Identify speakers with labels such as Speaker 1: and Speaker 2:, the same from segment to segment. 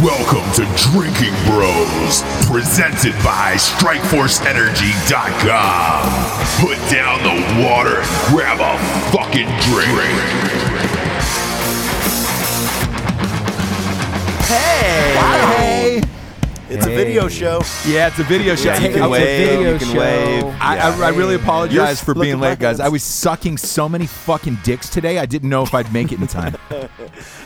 Speaker 1: Welcome to Drinking Bros, presented by StrikeForceEnergy.com. Put down the water and grab a fucking drink.
Speaker 2: Hey!
Speaker 3: Hey.
Speaker 2: It's a video show.
Speaker 3: Yeah, it's a video show.
Speaker 2: you can
Speaker 3: I was-
Speaker 2: wave,
Speaker 4: video
Speaker 2: you can
Speaker 4: show.
Speaker 2: wave.
Speaker 3: I, I, I really apologize
Speaker 2: You're s-
Speaker 3: for being
Speaker 2: looking
Speaker 3: late, guys.
Speaker 2: backwards.
Speaker 3: I was sucking so many fucking dicks today. I didn't know if I'd make it in time.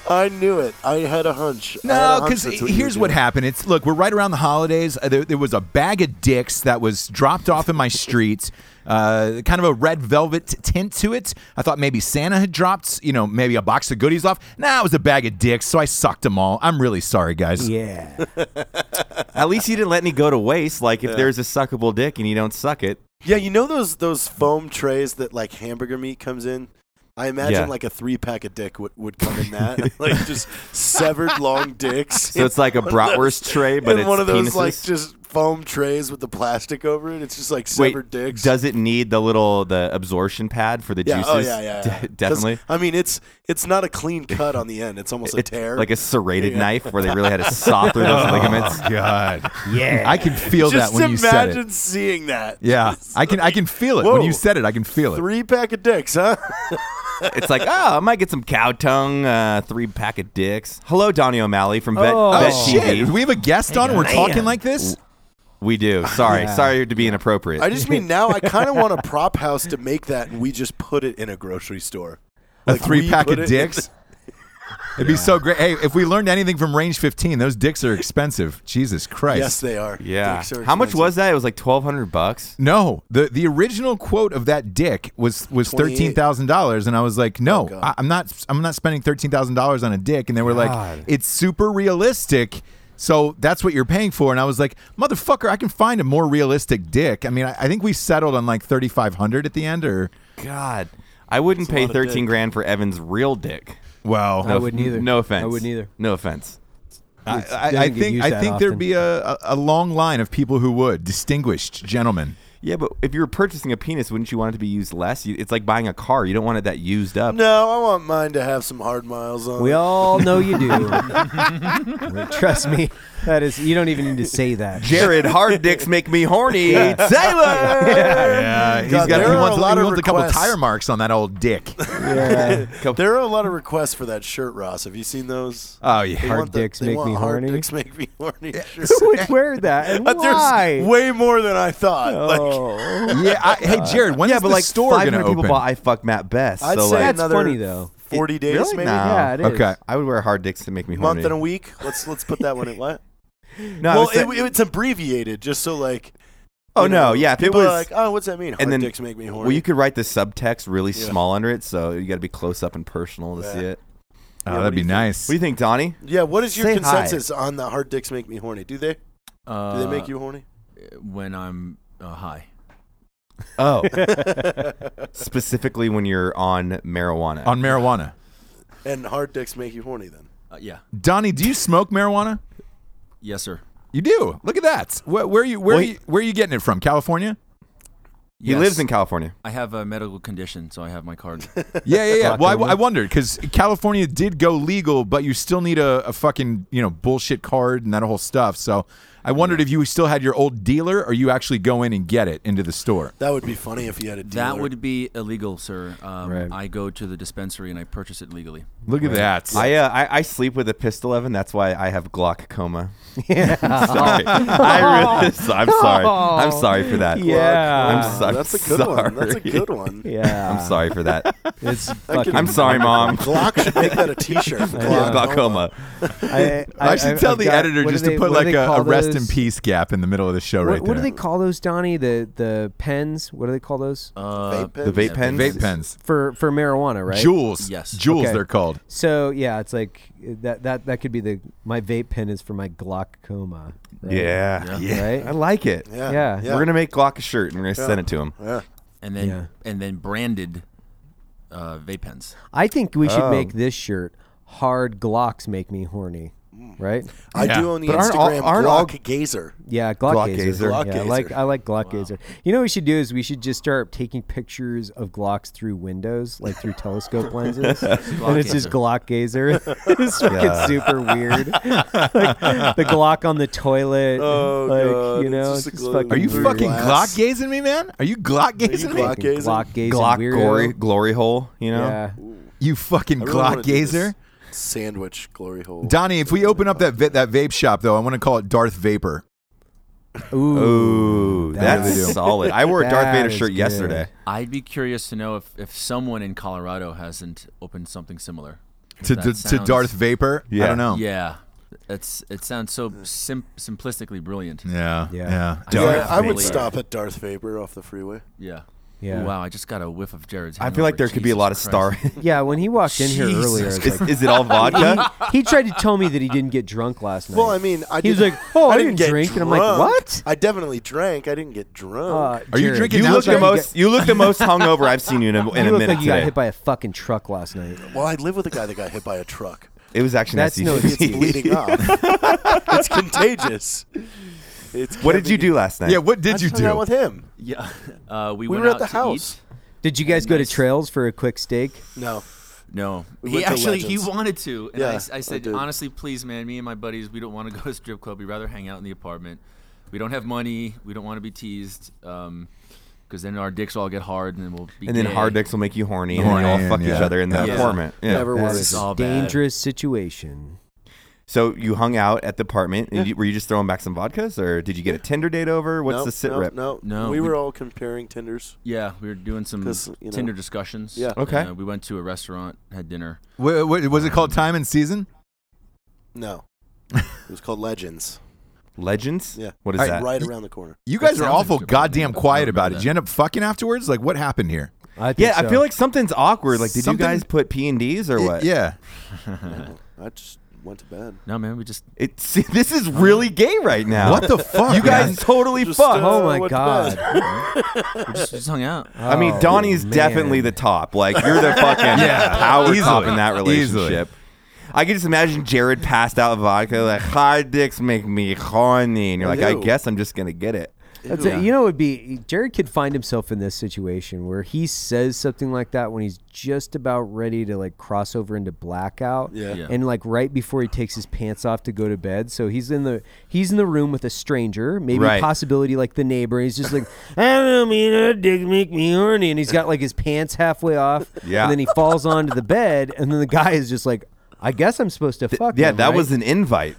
Speaker 2: I knew it. I had a hunch. I had a
Speaker 3: no,
Speaker 2: hunch
Speaker 3: because
Speaker 2: that's you
Speaker 3: here's
Speaker 2: were
Speaker 3: what
Speaker 2: doing.
Speaker 3: happened. It's look, we're right around the holidays. Uh, There, there was a bag of dicks that was dropped off in my street. Uh, kind of a red velvet tint to it. I thought maybe Santa had dropped, you know, maybe a box of goodies off. Nah, it was a bag of dicks, so I sucked them all. I'm really sorry, guys.
Speaker 4: Yeah.
Speaker 5: At least you didn't let any go to waste. Like if there's a suckable dick and you don't suck it,
Speaker 2: Yeah, you know those those foam trays that like hamburger meat comes in. I imagine
Speaker 5: Yeah.
Speaker 2: like a three pack of dick would, would come in that, like just severed long dicks.
Speaker 5: so it's like a bratwurst tray, but
Speaker 2: in
Speaker 5: it's
Speaker 2: one of those
Speaker 5: penises.
Speaker 2: like just foam trays with the plastic over it. It's just like
Speaker 5: Wait,
Speaker 2: severed dicks.
Speaker 5: does it need the little the absorption pad for the
Speaker 2: yeah,
Speaker 5: juices?
Speaker 2: oh yeah, yeah, yeah. 'Cause,
Speaker 5: definitely.
Speaker 2: I mean, it's it's not a clean cut on the end. It's almost a
Speaker 5: It's
Speaker 2: tear.
Speaker 5: like a serrated
Speaker 2: Yeah. Oh.
Speaker 5: knife where they really had to saw through those ligaments.
Speaker 3: Oh, God,
Speaker 4: Yeah.
Speaker 3: I can feel
Speaker 2: just
Speaker 3: that when you said
Speaker 2: imagine
Speaker 3: it.
Speaker 2: seeing that.
Speaker 3: Yeah,
Speaker 2: Just
Speaker 3: I can, I
Speaker 2: like,
Speaker 3: can feel it when you
Speaker 2: whoa.
Speaker 3: said it. I can feel it.
Speaker 2: Three pack of dicks, huh?
Speaker 5: It's like, oh, I might get some cow tongue, uh, three pack of dicks. Hello, Donnie O'Malley from Vet,
Speaker 4: Oh.
Speaker 5: Vet
Speaker 3: Oh, shit.
Speaker 5: TV.
Speaker 3: We have a guest on. We're
Speaker 4: man.
Speaker 3: talking like this.
Speaker 5: We do. Sorry,
Speaker 4: Yeah.
Speaker 5: sorry to be inappropriate.
Speaker 2: I just mean now I kind of want a prop house to make that, and we just put it in a grocery store.
Speaker 3: a three
Speaker 2: we
Speaker 3: pack
Speaker 2: put
Speaker 3: of
Speaker 2: it in
Speaker 3: dicks. It'd be so great. Hey, if we learned anything from Range 15, those dicks are expensive. Jesus Christ.
Speaker 2: Yes, they are.
Speaker 5: yeah.
Speaker 2: Dicks are
Speaker 5: How much
Speaker 2: expensive.
Speaker 5: was that? It was like twelve hundred bucks.
Speaker 3: No, the the original quote of that dick was was
Speaker 2: 28.
Speaker 3: thirteen thousand dollars, and I was like, no,
Speaker 2: Oh, God.
Speaker 3: I, I'm not I'm not spending thirteen thousand dollars on a dick, and they were like,
Speaker 4: God.
Speaker 3: it's super realistic. So that's what you're paying for, and I was like, "Motherfucker, I can find a more realistic dick." I mean, I, I think we settled on like 3,500 at the end, or
Speaker 5: God, I wouldn't pay
Speaker 2: lot of dick.
Speaker 5: thirteen grand for Evan's real dick.
Speaker 3: well,
Speaker 4: I wouldn't either.
Speaker 5: No offense.
Speaker 4: I wouldn't either.
Speaker 5: No offense.
Speaker 4: It
Speaker 3: I, I,
Speaker 4: doesn't
Speaker 3: I
Speaker 4: get
Speaker 3: think
Speaker 4: used
Speaker 3: I
Speaker 4: that
Speaker 3: think there'd
Speaker 4: often.
Speaker 3: be a, a, a long line of people who would distinguished gentlemen.
Speaker 5: Yeah, but if you were purchasing a penis, wouldn't you want it to be used less? You, it's like buying a car. You don't want it that used up.
Speaker 2: No, I want mine to have some hard miles on.
Speaker 4: We
Speaker 2: it.
Speaker 4: all know you do. Trust me. That is you don't even need to say that.
Speaker 5: Jared, hard dicks make me horny. Taylor.
Speaker 3: Yeah, he's
Speaker 2: God,
Speaker 3: got
Speaker 2: there
Speaker 3: he
Speaker 2: are
Speaker 3: wants,
Speaker 2: a lot
Speaker 3: he
Speaker 2: of
Speaker 3: wants a couple
Speaker 2: requests.
Speaker 3: tire marks on that old dick.
Speaker 4: Yeah.
Speaker 2: there are a lot of requests for that shirt, Ross. Have you seen those?
Speaker 5: Uh,
Speaker 3: Oh
Speaker 2: They
Speaker 3: yeah.
Speaker 4: Hard
Speaker 2: want the-
Speaker 4: dicks
Speaker 2: they
Speaker 4: make
Speaker 2: want
Speaker 4: me
Speaker 2: hard
Speaker 4: horny?
Speaker 2: Dicks make me horny. shirts.
Speaker 4: Who would wear that? And
Speaker 2: But
Speaker 4: why?
Speaker 2: There's way more than I thought. Like,
Speaker 4: oh.
Speaker 3: Yeah, I, hey Jared, when's
Speaker 5: yeah, but
Speaker 3: the
Speaker 5: like
Speaker 3: store
Speaker 5: 500
Speaker 3: gonna
Speaker 5: people
Speaker 3: open?
Speaker 5: bought I Fuck Matt Best.
Speaker 2: I'd
Speaker 5: so
Speaker 2: say
Speaker 5: like,
Speaker 4: That's
Speaker 2: another
Speaker 4: funny, though.
Speaker 2: Forty days,
Speaker 5: really?
Speaker 2: maybe.
Speaker 5: No.
Speaker 4: Yeah, it is.
Speaker 3: Okay.
Speaker 5: I would wear hard dicks to make me horny.
Speaker 2: Month and a week. Let's let's put that one in what?
Speaker 5: No, I
Speaker 2: well,
Speaker 5: was saying-
Speaker 2: it, it's abbreviated, just so like.
Speaker 5: Oh,
Speaker 2: you
Speaker 5: no,
Speaker 2: know,
Speaker 5: yeah, if it
Speaker 2: people
Speaker 5: was-
Speaker 2: are like, oh, what's that mean? Hard
Speaker 5: then-
Speaker 2: dicks make me horny.
Speaker 5: well, you could write the subtext really
Speaker 2: Yeah.
Speaker 5: small under it, so you got to be close up and personal to see
Speaker 2: Yeah.
Speaker 5: it.
Speaker 3: Oh,
Speaker 2: Yeah, what
Speaker 3: that'd
Speaker 2: do
Speaker 3: be
Speaker 2: you think?
Speaker 3: nice.
Speaker 5: What do you think, Donnie?
Speaker 2: Yeah, what is your
Speaker 5: Say hi.
Speaker 2: consensus on the hard dicks make me horny? Do they? Do they make you
Speaker 5: Uh,
Speaker 2: horny?
Speaker 6: when I'm uh, high.
Speaker 5: Oh, specifically when you're on marijuana.
Speaker 3: on marijuana?
Speaker 2: And hard dicks make you horny then?
Speaker 6: Uh, yeah.
Speaker 3: Donnie, do you smoke marijuana?
Speaker 6: Yes, sir.
Speaker 3: You do. Look at that. Where, where you where
Speaker 5: Well, he-
Speaker 3: you where you getting it from? California?
Speaker 5: he lives in California.
Speaker 6: I have a medical condition, so I have my card.
Speaker 3: Yeah, yeah, yeah. Well, I,
Speaker 4: Glaucoma.
Speaker 3: I wondered because California did go legal, but you still need a, a fucking you know bullshit card and that whole stuff. So I wondered if you still had your old dealer, or you actually go in and get it into the store.
Speaker 2: That would be funny if you had a dealer.
Speaker 6: that would be illegal, sir. Um,
Speaker 4: Right.
Speaker 6: I go to the dispensary and I purchase it legally.
Speaker 3: Look at that.
Speaker 5: I, uh, I I sleep with a pistol, Evan. That's why I have glaucoma.
Speaker 4: Yeah.
Speaker 5: sorry. I really, I'm sorry. I'm sorry for that.
Speaker 4: Yeah.
Speaker 5: I'm so-
Speaker 2: That's a good one. That's a good one.
Speaker 4: Yeah.
Speaker 5: I'm sorry for that.
Speaker 4: It's
Speaker 2: could-
Speaker 4: fucking,
Speaker 5: I'm sorry, mom.
Speaker 2: Glock should make that a T-shirt. Glock.
Speaker 5: Glaucoma.
Speaker 4: I,
Speaker 3: I, should
Speaker 4: I've-
Speaker 3: tell
Speaker 4: I've
Speaker 3: the
Speaker 4: got-
Speaker 3: editor
Speaker 4: what do
Speaker 3: just
Speaker 4: they-
Speaker 3: to put
Speaker 4: what do
Speaker 3: like
Speaker 4: they
Speaker 3: a, a
Speaker 4: call
Speaker 3: rest in
Speaker 4: those?
Speaker 3: peace gap in the middle of the show
Speaker 4: What,
Speaker 3: right
Speaker 4: what do
Speaker 3: there.
Speaker 4: they call those, Donnie? The the pens. What do they call those
Speaker 6: Uh,
Speaker 2: Vape pen?
Speaker 5: The vape pens.
Speaker 3: Vape pens,
Speaker 4: for for marijuana? Right.
Speaker 3: jewels,
Speaker 6: Yes.
Speaker 3: jewels.
Speaker 4: Okay.
Speaker 3: They're called.
Speaker 4: So yeah, it's like uh, that that that could be the my vape pen is for my glaucoma. Right?
Speaker 5: Yeah.
Speaker 6: Yeah.
Speaker 5: I
Speaker 4: Right.
Speaker 5: like it.
Speaker 2: Yeah.
Speaker 4: Yeah.
Speaker 5: We're gonna make Glock a shirt and we're gonna send it to him.
Speaker 2: Yeah.
Speaker 6: and then
Speaker 4: Yeah.
Speaker 6: and then branded uh, vape pens.
Speaker 4: I think we should
Speaker 5: Oh.
Speaker 4: make this shirt. Hard Glocks make me horny. right?
Speaker 2: I
Speaker 3: Yeah.
Speaker 2: do own the
Speaker 5: But aren't all-
Speaker 2: Instagram
Speaker 5: aren't
Speaker 2: Glock
Speaker 5: all-
Speaker 2: Gazer.
Speaker 4: Yeah, Glock,
Speaker 5: Glock
Speaker 4: gazer.
Speaker 5: gazer.
Speaker 2: Glock
Speaker 4: yeah, I like
Speaker 2: gazer.
Speaker 4: I like Glock gazer. You know what we should do is we should just start taking pictures of Glocks through windows, like through telescope lenses, and it's just
Speaker 6: gazer.
Speaker 4: Glock gazer. it's fucking
Speaker 5: Yeah.
Speaker 4: super weird. like, the Glock on the toilet.
Speaker 2: Oh,
Speaker 4: like,
Speaker 2: God,
Speaker 4: you know,
Speaker 2: it's just a
Speaker 4: it's
Speaker 2: glow
Speaker 4: fucking
Speaker 3: Are you
Speaker 2: Through
Speaker 4: weird.
Speaker 3: fucking
Speaker 2: glass.
Speaker 3: Glock gazing me, man? Are you Glock gazing me?
Speaker 2: Glock
Speaker 4: Fucking
Speaker 2: gazing?
Speaker 4: Glock gazing
Speaker 5: Glock
Speaker 4: weirdo.
Speaker 5: glory glory hole, you know?
Speaker 4: Yeah.
Speaker 3: You fucking
Speaker 2: I really wanna
Speaker 3: Glock
Speaker 2: do this
Speaker 3: gazer?
Speaker 2: Sandwich glory hole.
Speaker 3: Donnie, if we open up that va- that vape shop though, I want to call it Darth Vapor.
Speaker 4: Ooh.
Speaker 5: Ooh,
Speaker 4: That
Speaker 5: that's
Speaker 4: is-
Speaker 5: solid. I wore a Darth
Speaker 4: That
Speaker 5: Vader
Speaker 4: is
Speaker 5: shirt
Speaker 4: good.
Speaker 5: yesterday.
Speaker 6: I'd be curious to know if, if someone in Colorado hasn't opened something similar
Speaker 3: To,
Speaker 6: That
Speaker 3: to, to
Speaker 6: sounds-
Speaker 3: Darth Vapor? I
Speaker 5: Yeah.
Speaker 3: don't know.
Speaker 6: Yeah, it's it sounds so sim- simplistically brilliant.
Speaker 3: Yeah.
Speaker 4: Yeah.
Speaker 3: yeah.
Speaker 6: I
Speaker 5: Darth
Speaker 2: yeah, I would
Speaker 6: Vader.
Speaker 2: stop at Darth Vapor off the freeway.
Speaker 6: Yeah.
Speaker 4: Yeah.
Speaker 6: Wow, I just got a whiff of Jared's.
Speaker 5: I feel like there
Speaker 6: hangover.
Speaker 5: could be a
Speaker 6: Oh, Jesus
Speaker 5: lot of
Speaker 6: Christ.
Speaker 5: star.
Speaker 4: Yeah, when he walked in here
Speaker 3: Jesus
Speaker 4: earlier, I was
Speaker 5: is,
Speaker 4: like,
Speaker 5: is it all vodka?
Speaker 4: he tried to tell me that he didn't get drunk last night.
Speaker 2: Well, I mean, I
Speaker 4: He was
Speaker 2: didn't-
Speaker 4: like, "Oh, I didn't
Speaker 2: get
Speaker 4: drink," and I'm like,
Speaker 2: drunk.
Speaker 4: "What?"
Speaker 2: I definitely drank. I didn't get drunk.
Speaker 4: Uh,
Speaker 3: Are you
Speaker 4: Jared,
Speaker 3: drinking
Speaker 5: you
Speaker 3: now,
Speaker 5: look
Speaker 3: Jared?
Speaker 5: the most. You look the most hungover I've seen you in a, in
Speaker 4: you
Speaker 5: a
Speaker 4: look
Speaker 5: minute
Speaker 4: like you got
Speaker 5: today.
Speaker 4: hit by a fucking truck last night.
Speaker 2: well, I live with a guy that got hit by a truck.
Speaker 5: It was actually
Speaker 4: That's no
Speaker 5: nice.
Speaker 2: It's bleeding off. It's contagious. It's
Speaker 5: What did you do last night?
Speaker 3: Yeah, what
Speaker 2: I
Speaker 3: did you
Speaker 2: just hung out
Speaker 3: do?
Speaker 2: with him.
Speaker 6: Yeah. Uh, we
Speaker 2: We
Speaker 6: went
Speaker 2: were
Speaker 6: out
Speaker 2: at the
Speaker 6: to
Speaker 2: house.
Speaker 4: Did you guys go to
Speaker 6: Nice.
Speaker 4: Trails for a quick steak?
Speaker 2: No.
Speaker 6: eat. No.
Speaker 2: We
Speaker 6: he
Speaker 2: went to
Speaker 6: actually he
Speaker 2: Legends.
Speaker 6: wanted to, and
Speaker 2: Yeah,
Speaker 6: I s- I,
Speaker 2: I
Speaker 6: said
Speaker 2: did.
Speaker 6: honestly, please, man, me and my buddies, we don't want to go to strip club. We'd rather hang out in the apartment. We don't have money. We don't want to be teased. Um, because then our dicks will all get hard, and then we'll be
Speaker 5: And then
Speaker 6: gay.
Speaker 5: hard dicks will make you horny, and then you
Speaker 3: Horny,
Speaker 5: all fuck
Speaker 3: yeah.
Speaker 5: each other in the
Speaker 6: Yeah.
Speaker 5: apartment. Yeah.
Speaker 2: Never
Speaker 4: That
Speaker 2: was.
Speaker 4: is
Speaker 6: all
Speaker 4: a
Speaker 6: bad.
Speaker 4: dangerous situation.
Speaker 5: So you hung out at the apartment, and you, were you just throwing back some vodkas, or did you get a Tinder date over? What's
Speaker 2: no,
Speaker 5: the sit
Speaker 2: no,
Speaker 5: rep?
Speaker 2: No,
Speaker 6: No,
Speaker 2: We
Speaker 6: we-
Speaker 2: were all comparing Tinders.
Speaker 6: Yeah, we were doing some
Speaker 2: 'Cause, you know-
Speaker 6: Tinder discussions.
Speaker 2: Yeah.
Speaker 5: Okay.
Speaker 6: Uh, we went to a restaurant, had dinner.
Speaker 3: Wha- wha- was it called Time and Season?
Speaker 2: No. It was called Legends.
Speaker 5: Legends.
Speaker 2: Yeah.
Speaker 5: What is
Speaker 3: All
Speaker 5: that?
Speaker 2: Right around the corner.
Speaker 3: You
Speaker 6: That
Speaker 3: guys are
Speaker 6: sounds
Speaker 3: awful
Speaker 6: like a good idea.
Speaker 3: goddamn
Speaker 6: I don't
Speaker 3: quiet about it.
Speaker 6: remember
Speaker 3: Did
Speaker 6: that.
Speaker 3: you end up fucking afterwards? Like, what happened here?
Speaker 4: I think
Speaker 5: Yeah, I
Speaker 4: so.
Speaker 5: feel like something's awkward. Like, did
Speaker 3: Something-
Speaker 5: you guys put P and Ds or
Speaker 3: Y-
Speaker 5: what?
Speaker 3: Yeah.
Speaker 2: I just went to bed.
Speaker 6: No, man, we just
Speaker 5: It's this is really gay right now.
Speaker 3: What the fuck?
Speaker 5: You guys
Speaker 3: man?
Speaker 5: totally
Speaker 2: Just,
Speaker 5: fucked.
Speaker 2: uh,
Speaker 4: Oh my
Speaker 2: went to
Speaker 4: god!
Speaker 2: bed.
Speaker 6: we just, we just hung out.
Speaker 5: I mean,
Speaker 4: Oh,
Speaker 5: Donnie's
Speaker 4: man.
Speaker 5: definitely the top. Like you're the fucking
Speaker 3: Yeah.
Speaker 5: power top
Speaker 3: Easily.
Speaker 5: in that
Speaker 3: Easily.
Speaker 5: relationship. I can just imagine Jared passed out vodka like hard dicks make me horny, and you're like, I
Speaker 2: Ew.
Speaker 5: guess I'm just gonna get it.
Speaker 4: That's it. you know, it would be Jared could find himself in this situation where he says something like that when he's just about ready to like cross over into blackout.
Speaker 2: Yeah.
Speaker 6: Yeah.
Speaker 4: And like right before he takes his pants off to go to bed, so he's in the he's in the room with a stranger, maybe
Speaker 5: Right.
Speaker 4: possibility like the neighbor. He's just like, I don't mean a dick make me horny, and he's got like his pants halfway off.
Speaker 5: Yeah.
Speaker 4: And then he falls onto the bed, and then the guy is just like, I guess I'm supposed to fuck.
Speaker 5: Yeah,
Speaker 4: him,
Speaker 5: that
Speaker 4: right?"
Speaker 5: was an invite.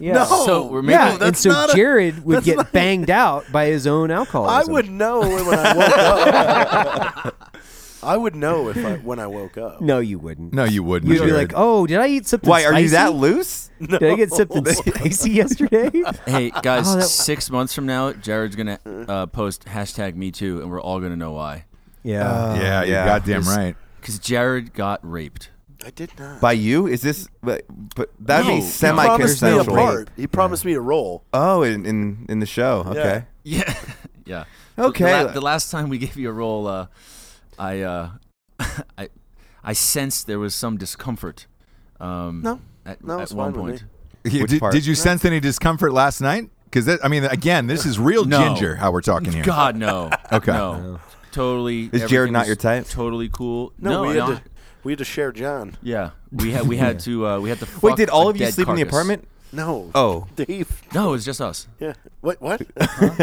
Speaker 4: Yeah.
Speaker 2: Oh.
Speaker 6: So we're making
Speaker 4: Yeah, and
Speaker 2: that's
Speaker 4: so
Speaker 2: not a-
Speaker 4: Jared would
Speaker 2: that's
Speaker 4: get
Speaker 2: not-
Speaker 4: banged out by his own
Speaker 2: I
Speaker 4: alcoholism.
Speaker 2: would know when I woke up. I would know if I, when I woke up.
Speaker 4: No, you wouldn't.
Speaker 3: No, you wouldn't.
Speaker 4: You'd be
Speaker 3: Jared.
Speaker 4: like, "Oh, did I eat something?
Speaker 5: Why are you that
Speaker 4: spicy?
Speaker 5: loose?
Speaker 4: Did I get something spicy yesterday?
Speaker 6: Hey guys,
Speaker 4: Oh, that-
Speaker 6: six months from now, Jared's gonna uh, post hashtag Me Too, and we're all gonna know why.
Speaker 4: Yeah.
Speaker 5: Uh,
Speaker 3: yeah, you're
Speaker 5: yeah.
Speaker 3: goddamn
Speaker 6: Just-
Speaker 3: right.
Speaker 6: Because Jared got raped.
Speaker 2: I did not.
Speaker 5: By you? Is this? But, but that'd
Speaker 6: No,
Speaker 5: be
Speaker 6: he
Speaker 2: he promised me a
Speaker 5: semi-consensual.
Speaker 2: part. He promised me a role.
Speaker 5: Oh, in, in in the show. Okay.
Speaker 6: Yeah, yeah.
Speaker 5: Okay.
Speaker 6: The, la- the last time we gave you a role, uh, I, uh, I, I sensed there was some discomfort. Um,
Speaker 2: No,
Speaker 6: at,
Speaker 2: no,
Speaker 6: at
Speaker 2: it's
Speaker 6: one
Speaker 2: fine with
Speaker 6: point.
Speaker 2: me.
Speaker 3: Yeah,
Speaker 5: Which
Speaker 3: did,
Speaker 5: part?
Speaker 3: did you sense any discomfort last night? Because I mean, again, this is real
Speaker 6: No.
Speaker 3: ginger how we're talking here.
Speaker 6: God no.
Speaker 3: Okay.
Speaker 6: No. Totally.
Speaker 5: Is Jared
Speaker 6: everything
Speaker 5: not
Speaker 6: was
Speaker 5: your type?
Speaker 6: Totally cool.
Speaker 2: No,
Speaker 6: No.
Speaker 2: we, had
Speaker 6: no,
Speaker 2: to, we had to share John.
Speaker 6: yeah. We had we had to uh, we had to. Fuck
Speaker 5: Wait, did all
Speaker 6: a
Speaker 5: of you
Speaker 6: dead
Speaker 5: sleep in the
Speaker 6: carcass.
Speaker 5: apartment?
Speaker 2: No.
Speaker 5: Oh.
Speaker 2: Dave.
Speaker 6: No, it was just us.
Speaker 2: Yeah. What? What?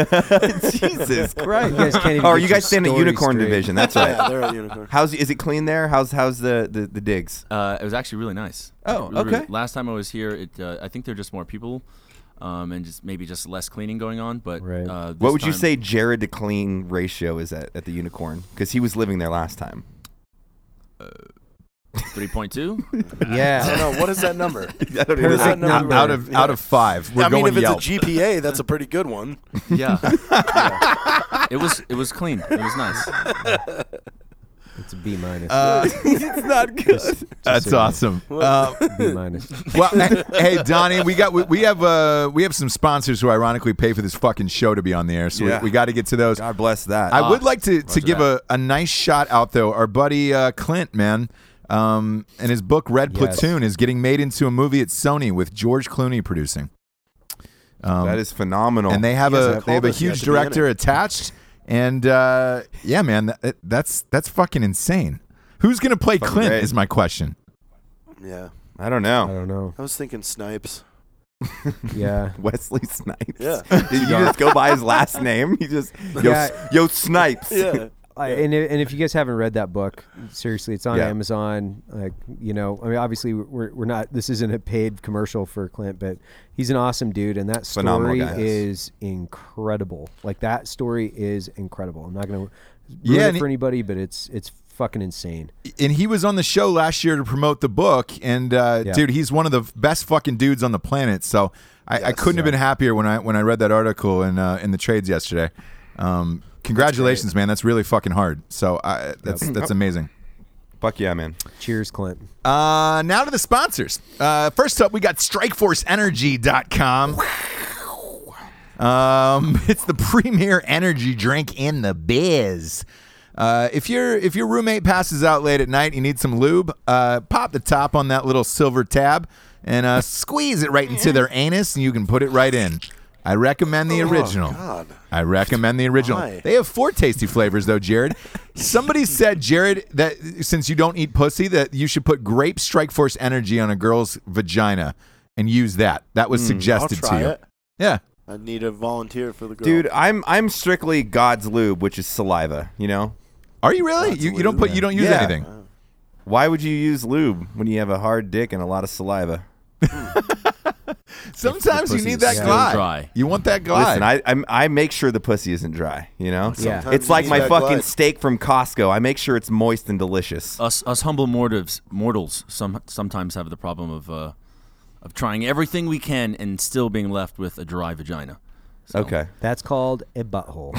Speaker 5: Jesus Christ!
Speaker 4: You guys can't even
Speaker 5: oh, are
Speaker 4: get your
Speaker 5: you guys staying in the
Speaker 4: story
Speaker 5: unicorn
Speaker 4: straight.
Speaker 5: division? That's
Speaker 2: yeah,
Speaker 5: right.
Speaker 2: they're a unicorn.
Speaker 5: How's is it clean there? How's how's the the, the digs?
Speaker 6: Uh, it was actually really nice.
Speaker 5: Oh,
Speaker 6: We were-
Speaker 5: okay.
Speaker 6: last time I was here, it uh, I think there are just more people, um, and just maybe just less cleaning going on. But
Speaker 4: Right.
Speaker 6: uh, this
Speaker 5: What would you
Speaker 6: time-
Speaker 5: say Jared to clean ratio is at at the unicorn? Because he was living there last time.
Speaker 6: Three point two.
Speaker 2: I
Speaker 4: Yeah.
Speaker 2: Uh, don't know. What is that number?
Speaker 5: I don't
Speaker 2: What is that
Speaker 4: Perfect
Speaker 2: number?
Speaker 4: number.
Speaker 3: Out of out of five, we're
Speaker 2: I mean,
Speaker 3: going
Speaker 2: if it's
Speaker 3: Yelp.
Speaker 2: a GPA, that's a pretty good one.
Speaker 6: Yeah. It was it was clean. It was nice.
Speaker 4: It's a B minus.
Speaker 5: uh, it's not good.
Speaker 3: That's awesome. Uh,
Speaker 4: B minus.
Speaker 3: well, hey, hey, Donnie, we got we, we have uh, we have some sponsors who ironically pay for this fucking show to be on the air, so
Speaker 5: Yeah.
Speaker 3: we, we got to get to those.
Speaker 5: God bless that.
Speaker 3: I would like to, to
Speaker 6: Roger
Speaker 3: give a, a nice shout out though. Our buddy uh, Clint, man, Um, and his book Red
Speaker 4: Yes.
Speaker 3: Platoon is getting made into a movie at Sony with George Clooney producing. Um,
Speaker 5: that is phenomenal.
Speaker 3: and they have
Speaker 2: Yes,
Speaker 3: a
Speaker 2: I've
Speaker 3: they have a
Speaker 2: called us. You
Speaker 3: huge
Speaker 2: have to be in
Speaker 3: director
Speaker 2: it.
Speaker 3: attached. And uh, yeah, man, that, that's that's fucking insane. Who's gonna play Clint?
Speaker 5: great.
Speaker 3: Is my question.
Speaker 2: Yeah.
Speaker 5: I don't
Speaker 4: I
Speaker 5: know.
Speaker 4: don't know.
Speaker 2: I was thinking Snipes.
Speaker 4: Yeah.
Speaker 5: Wesley Snipes.
Speaker 2: Yeah.
Speaker 5: Did you just go by his last name? You just yo
Speaker 4: Yeah.
Speaker 5: S- yo Snipes.
Speaker 2: Yeah.
Speaker 4: I, and, i- and if you guys haven't read that book, seriously, it's on
Speaker 5: Yeah.
Speaker 4: Amazon. Like you know, I mean, obviously we're we're not. This isn't a paid commercial for Clint, but he's an awesome dude, and that
Speaker 5: Phenomenal
Speaker 4: story
Speaker 5: guy.
Speaker 4: is incredible. Like that story is incredible. I'm not gonna ruin
Speaker 3: Yeah,
Speaker 4: it
Speaker 3: and
Speaker 4: for
Speaker 3: he-
Speaker 4: anybody, but it's it's fucking insane.
Speaker 3: And he was on the show last year to promote the book. And uh,
Speaker 4: Yeah.
Speaker 3: dude, he's one of the best fucking dudes on the planet. So I, I couldn't have been happier when I when I read that article in uh, in the trades yesterday. Um, congratulations, man. That's really fucking hard. So I, that's that's amazing.
Speaker 5: Fuck yeah, man.
Speaker 4: Cheers, Clint.
Speaker 3: Uh, now to the sponsors. Uh, first up, we got StrikeForceEnergy.com. Um, it's the premier energy drink in the biz. Uh, if your if your roommate passes out late at night, you need some lube. Uh, pop the top on that little silver tab and uh, squeeze it right into their anus, and you can put it right in. I recommend the original.
Speaker 2: God.
Speaker 3: I recommend the original.
Speaker 2: Why?
Speaker 3: They have four tasty flavors though, Jared. Somebody said, Jared, that since you don't eat pussy, that you should put grape strike force energy on a girl's vagina and use that. That was
Speaker 2: I'll
Speaker 3: suggested to
Speaker 2: try
Speaker 3: you.
Speaker 2: it.
Speaker 3: Yeah.
Speaker 2: I need a volunteer for the girl.
Speaker 5: Dude, I'm I'm strictly God's lube, which is saliva. You know,
Speaker 3: Are you really? You, you don't put you don't use
Speaker 5: Yeah.
Speaker 3: anything.
Speaker 5: why would you use lube when you have a hard dick and a lot of saliva?
Speaker 3: Sometimes you
Speaker 6: pussy
Speaker 3: need
Speaker 6: is
Speaker 3: that
Speaker 6: still
Speaker 3: glide.
Speaker 6: dry.
Speaker 3: You want that glide.
Speaker 5: Listen, I, I'm, I make sure the pussy isn't dry. You know,
Speaker 4: Yeah.
Speaker 2: Sometimes
Speaker 5: it's like
Speaker 2: you
Speaker 5: my
Speaker 2: got
Speaker 5: fucking
Speaker 2: blood.
Speaker 5: steak from Costco. I make sure it's moist and delicious.
Speaker 6: us us humble mortals mortals some sometimes have the problem of uh, of trying everything we can and still being left with a dry vagina. So-
Speaker 5: Okay,
Speaker 4: That's called a butthole.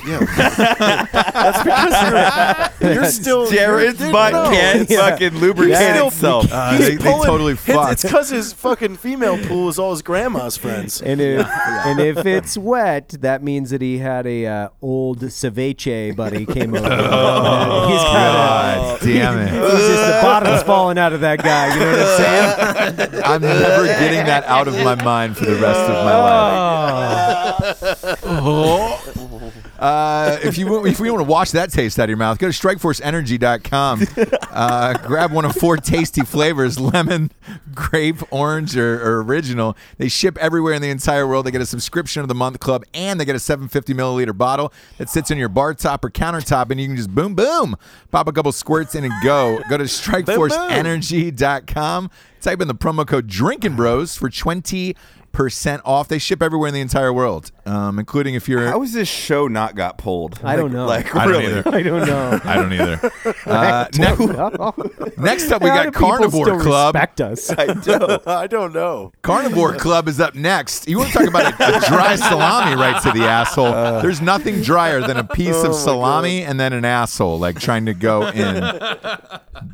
Speaker 2: Oh, You're still
Speaker 5: Jared's
Speaker 2: you're-
Speaker 5: butt
Speaker 2: no.
Speaker 5: can't fucking lubricate
Speaker 2: Yeah.
Speaker 5: itself.
Speaker 3: Uh,
Speaker 2: He's
Speaker 3: they, they
Speaker 2: pulling-
Speaker 3: totally
Speaker 2: it's-
Speaker 3: fucked.
Speaker 2: It's because his fucking female pool is all his grandma's friends.
Speaker 4: And if and if it's wet, that means that he had a uh, old ceviche buddy came over. oh, he's got a-
Speaker 3: God damn it.
Speaker 4: It's just the bottom's falling out of that guy. You know what I'm saying?
Speaker 3: I'm never getting that out of my mind for the rest of my life. Uh, if you if we want to wash that taste out of your mouth, go to strikeforceenergy.com. Uh, grab one of four tasty flavors: lemon, grape, orange, or, or original. They ship everywhere in the entire world. They get a subscription of the month club, and they get a 750 milliliter bottle that sits on your bar top or countertop, and you can just boom, boom, pop a couple squirts in and go. Go to strikeforceenergy.com energy.com. Type in the promo code Drinking Bros for 20% off. They ship everywhere in the entire world, um, including if you're.
Speaker 5: How is this show not got pulled?
Speaker 4: I don't know.
Speaker 5: Like
Speaker 3: I don't
Speaker 5: really?
Speaker 3: either.
Speaker 4: I don't know.
Speaker 3: I don't either. Uh, ne- next up, we
Speaker 4: How
Speaker 3: got
Speaker 4: do people
Speaker 3: Carnivore
Speaker 4: still
Speaker 3: Club.
Speaker 4: Respect us.
Speaker 5: I don't.
Speaker 2: I don't know.
Speaker 3: Carnivore Club is up next. You want to talk about a, a dry salami right to the asshole? There's nothing drier than a piece of salami and then an asshole, like trying to go in.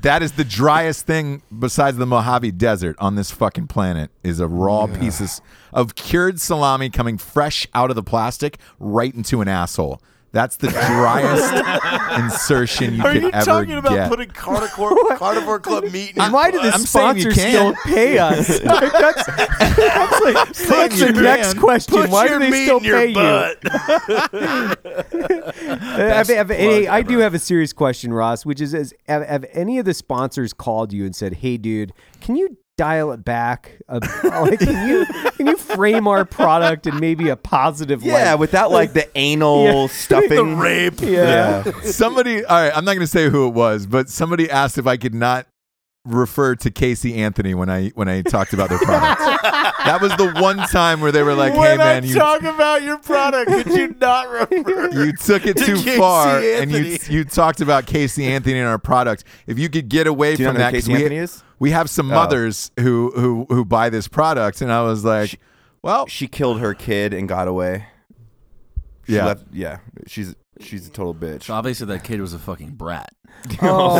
Speaker 3: that is the driest thing besides the Mojave Desert on this fucking planet is a raw piece of, of cured salami coming fresh out of the plastic right into an asshole. That's the driest insertion you
Speaker 2: Are
Speaker 3: could
Speaker 2: you
Speaker 3: ever
Speaker 2: talking about
Speaker 3: get.
Speaker 2: putting carnivore, carnivore club meat in your
Speaker 4: Why do the
Speaker 3: I'm saying you
Speaker 4: sponsors still
Speaker 3: can.
Speaker 4: pay us? Like, that's, that's like- that's
Speaker 3: you
Speaker 4: the next
Speaker 3: can.
Speaker 4: question.
Speaker 2: Put
Speaker 4: Why do
Speaker 2: your
Speaker 4: they
Speaker 2: meat
Speaker 4: still
Speaker 2: in your
Speaker 4: pay you?
Speaker 2: butt.
Speaker 4: Uh, have- have- hey,
Speaker 6: plug
Speaker 4: I do
Speaker 6: ever.
Speaker 4: have a serious question, Ross, which is, is have, have any of the sponsors called you and said, "Hey, dude, can you dial it back? A, like, can you can you frame our product in maybe a positive
Speaker 5: Yeah,
Speaker 4: light?"
Speaker 5: without like the anal
Speaker 4: Yeah.
Speaker 2: The
Speaker 5: stuffing.
Speaker 2: rape.
Speaker 4: yeah.
Speaker 3: somebody all right i'm not going to say who it was but somebody asked if i could not refer to casey anthony when i when i talked about their product that was the one time where they were like hey
Speaker 2: when
Speaker 3: man
Speaker 2: I
Speaker 3: you,
Speaker 2: talk about your product, could you not refer?
Speaker 3: you took it
Speaker 2: to
Speaker 3: too
Speaker 2: Casey
Speaker 3: far and you
Speaker 2: Anthony."
Speaker 3: you talked about casey anthony and our product if you could get away
Speaker 5: Do you know
Speaker 3: from
Speaker 5: who
Speaker 3: that 'cause
Speaker 5: Casey
Speaker 3: we,
Speaker 5: Anthony is?
Speaker 3: we have some
Speaker 6: Oh.
Speaker 3: mothers who who who buy this product and i was like well
Speaker 5: She killed her kid and got away. She
Speaker 3: Yeah.
Speaker 5: Left, yeah. She's she's a total bitch.
Speaker 6: So obviously that kid was a fucking brat.
Speaker 4: Oh,